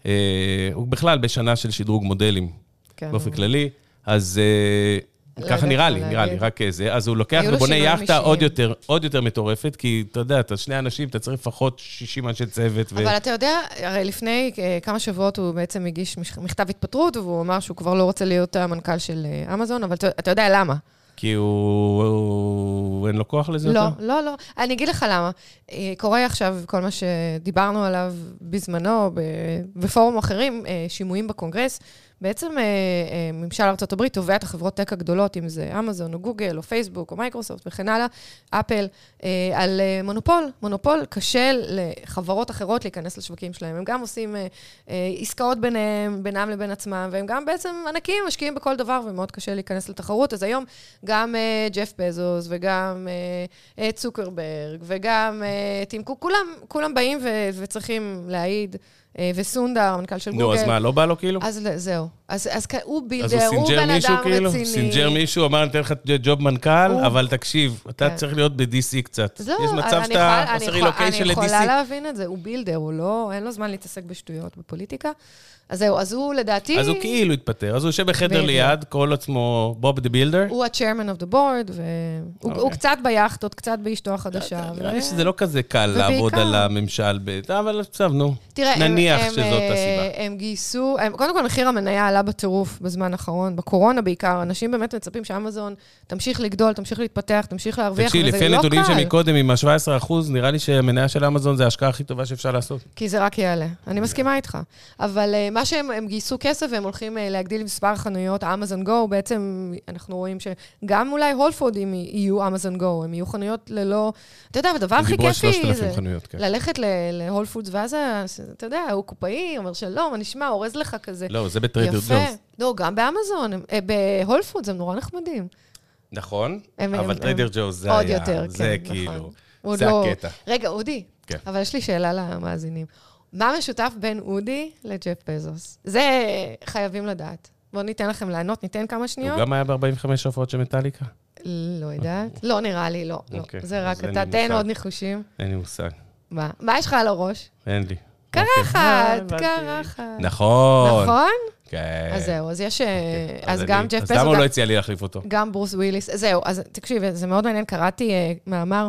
B: אה, הוא בכלל בשנה של שדרוג מודלים,
A: כן.
B: באופן כללי. אז אה,
A: לא
B: ככה
A: יודעת
B: נראה
A: מה
B: לי, נראה
A: להגיד.
B: לי, רק אה, זה. אז הוא לוקח
A: היו לו
B: ובונה
A: שינויים
B: יאכטה עוד
A: אישיים.
B: יותר, עוד יותר מטורפת, כי אתה יודע, אתה שני אנשים, אתה צריך לפחות 60 אנשי צוות. ו-
A: אבל אתה יודע, הרי לפני אה, כמה שבועות הוא בעצם הגיש מש- מכתב התפטרות, והוא אמר שהוא כבר לא רוצה להיות המנכ"ל של אה, אמזון, אבל אתה- אתה יודע למה.
B: כי הוא, הוא- אין לו כוח לזה
A: לא,
B: יותר?
A: לא, לא. אני אגיד לך למה. אה, קורה עכשיו כל מה שדיברנו עליו בזמנו, ב- בפורומים אחרים, אה, שימועים בקונגרס. בעצם אה, אה, ממשל ארה"ב תובע את החברות טק הגדולות, אם זה אמזון או גוגל או פייסבוק או מייקרוסופט וכן הלאה, אפל, אה, על אה, מונופול. מונופול קשה לחברות אחרות להיכנס לשווקים שלהם. הם גם עושים אה, אה, עסקאות ביניהם, בינם לבין עצמם, והם גם בעצם ענקים, משקיעים בכל דבר, ומאוד קשה להיכנס לתחרות. אז היום גם אה, ג'ף בזוס וגם אה, אה, צוקרברג וגם אה, טים קוק, כולם, כולם באים ו- וצריכים להעיד, אה, וסונדר, המנכ"ל של
B: נו,
A: גוגל.
B: אז מה, לא בא לו כאילו?
A: אז לא- זהו. אז, אז כ- הוא
B: אז
A: בילדר,
B: הוא
A: הוא
B: סינג'ר
A: בן
B: מישהו
A: אדם
B: כאילו?
A: רציני.
B: סינג'ר מישהו, אמר, אני אתן לך ג'וב מנכ"ל,
A: הוא-
B: אבל תקשיב, אתה
A: כן.
B: צריך להיות ב-DC קצת.
A: זהו,
B: יש מצב
A: אני
B: שאתה
A: יכולה- אני
B: עושה
A: יכולה-
B: רילוקיישן
A: אני יכולה
B: ל-DC.
A: להבין את זה, הוא בילדר, הוא לא, אין לו זמן להתעסק בשטויות בפוליטיקה. אז זהו, אז הוא לדעתי...
B: אז הוא כאילו התפטר, אז הוא יושב בחדר
A: בדיוק.
B: ליד, קורא לעצמו בוב דה בילדר.
A: הוא ה-chairman of the board, והוא הוא
B: אוקיי.
A: קצת ביאכטות, קצת באשתו החדשה. ו-
B: נראה לי שזה לא כזה קל לעבוד
A: ובעיקר-
B: על הממשל, ב- אבל עכשיו, נו,
A: תראה, הם-
B: נניח
A: הם,
B: שזאת
A: אה,
B: הסיבה.
A: הם גייסו, הם, קודם כל מחיר המניה עלה בטירוף בזמן האחרון, בקורונה בעיקר, אנשים באמת מצפים שאמזון תמשיך לגדול, תמשיך להתפתח, תמשיך להרוויח,
B: תקשיב,
A: וזה
B: לפי
A: לא
B: הנתונים
A: קל,
B: שמקודם עם ה-17%, נראה לי שהמניה של אמזון זה ההשקעה הכי טובה שאפשר לעשות.
A: כי זה רק יעלה. אני מסכימה איתך. אבל אה, מה שהם הם גייסו כסף, והם הולכים אה, להגדיל מספר חנויות, אמזון גו, בעצם אנחנו רואים שגם אולי הולפודים יהיו אמזון גו, הם יהיו חנויות ללא... אתה יודע, הדבר
B: הם
A: הכי
B: דיברו על
A: כיפי
B: 3,000
A: זה...
B: חנויות, כן.
A: ללכת ל- להול פודס, ואז, ה- אתה יודע, הוא קופאי, אומר שלום, מה נשמע, אורז לך כזה.
B: לא, זה בטריידר
A: יפה.
B: ג'ונס.
A: לא, גם באמזון, הם- אה, בהול פודס הם נורא נחמדים.
B: נכון,
A: הם-
B: אבל
A: הם-
B: טריידר
A: הם-
B: ג'ונס זה
A: עוד
B: היה.
A: יותר, כן,
B: זה
A: נכון.
B: כאילו,
A: הוא
B: זה
A: לא-
B: הקטע.
A: רגע, אודי,
B: כן.
A: אבל יש לי שאלה למאזינים. מה משותף בין אודי לג'ף בזוס? זה חייבים לדעת. בואו ניתן לכם לענות, ניתן כמה
B: הוא
A: שניות.
B: גם היה ב-45 הופעות של מטאליקה?
A: לא יודעת. לא, נראה לי, לא. לא.
B: אוקיי,
A: זה רק
B: אז אין
A: אתה.
B: לי
A: תן
B: מושג.
A: עוד ניחושים.
B: אין לי מושג,
A: מה? מה יש לך על הראש?
B: אין לי.
A: קרחת,
B: הבנתי.
A: קרחת.
B: אוקיי. נכון.
A: נכון?
B: כן.
A: אז זהו, אז יש... אה, אז
B: אני-
A: גם ג'ף
B: אז
A: בזוס...
B: למה הוא
A: גם-
B: לא הציע לי להחליף אותו?
A: גם ברוס וויליס. זהו, אז תקשיב, זה מאוד מעניין, קראתי אה, מאמר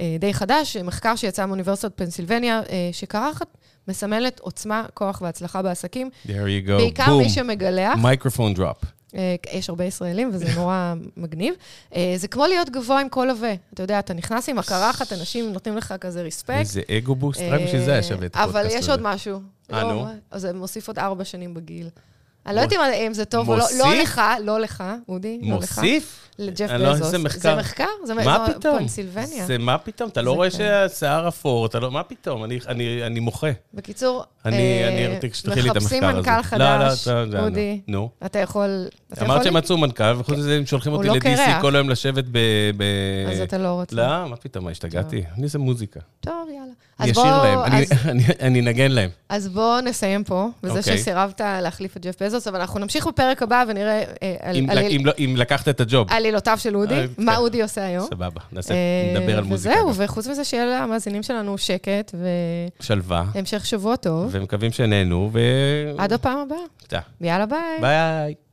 A: אה, די חדש, אה, מחקר שיצא מאוניברסיטת פנסילבניה, אה, שקרחת מסמלת עוצמה, כוח והצלחה בעסקים.
B: There you go.
A: בעיקר
B: בום.
A: מי שמגלח,
B: מייקרופון דרופ.
A: אה, יש הרבה ישראלים וזה נורא מגניב. אה, זה כמו להיות גבוה עם כל הווה. אתה יודע, אתה נכנס עם הקרחת, אנשים נותנים לך כזה רספקט.
B: איזה אגו בוסט, רק בשביל זה היה שווה את הפודקאסט
A: אה, אבל
B: הזה.
A: יש עוד משהו.
B: אה,
A: לא,
B: נו.
A: אז זה מוסיף עוד ארבע שנים בגיל. אני לא
B: מוס-
A: יודעת אם- אם זה טוב או לא. לא
B: מוסיף?
A: לך, לא לך, אודי, לא לך.
B: מוסיף?
A: לג'ף
B: אני לא-
A: בזוס.
B: זה
A: זה
B: מחקר.
A: מחקר? זה
B: מה
A: זו
B: פתאום?
A: פנסילבניה.
B: זה מה פתאום? אתה
A: זה
B: לא רואה
A: כן.
B: שהשיער אפור, אתה לא... מה פתאום? אני- אני- אני מוחה.
A: בקיצור,
B: אני
A: אה,
B: אני רציתי שתתחילי את המחקר הזה.
A: מחפשים מנכ"ל חדש,
B: לא, לא, לא, לא, לא.
A: אודי.
B: נו.
A: אתה יכול... אתה
B: אמרת
A: יכול-
B: שמצאו מנכ"ל, וחוץ מזה הם שולחים
A: הוא
B: אותי
A: לא
B: ל-DC
A: קרח.
B: כל היום לשבת ב... ב-
A: אז אתה לא רוצה.
B: לא, מה פתאום, מה, השתגעתי? אני אעשה מוזיקה.
A: טוב, יאללה.
B: אני
A: אז
B: אשיר
A: בוא-
B: להם, אני-
A: אז-
B: אני- אני אנגן להם.
A: אז בואו נסיים פה, וזה
B: אוקיי.
A: שסירבת להחליף את ג'ף בזוס, אבל אנחנו נמשיך בפרק הבא ונראה אה, על-
B: אם-
A: על-
B: אם לא- אם לקחת את הג'וב,
A: עלילותיו של אודי,
B: אה,
A: מה
B: כן.
A: אודי עושה היום.
B: סבבה, נעשה-
A: אה,
B: נדבר על מוזיקה. גם.
A: וזהו, וחוץ מזה שיהיה למאזינים שלנו שקט,
B: שלווה,
A: והמשך שבוע טוב.
B: ומקווים שנהנו, ו...
A: עד הפעם הבאה.
B: תודה.
A: יאללה, ביי.
B: ביי.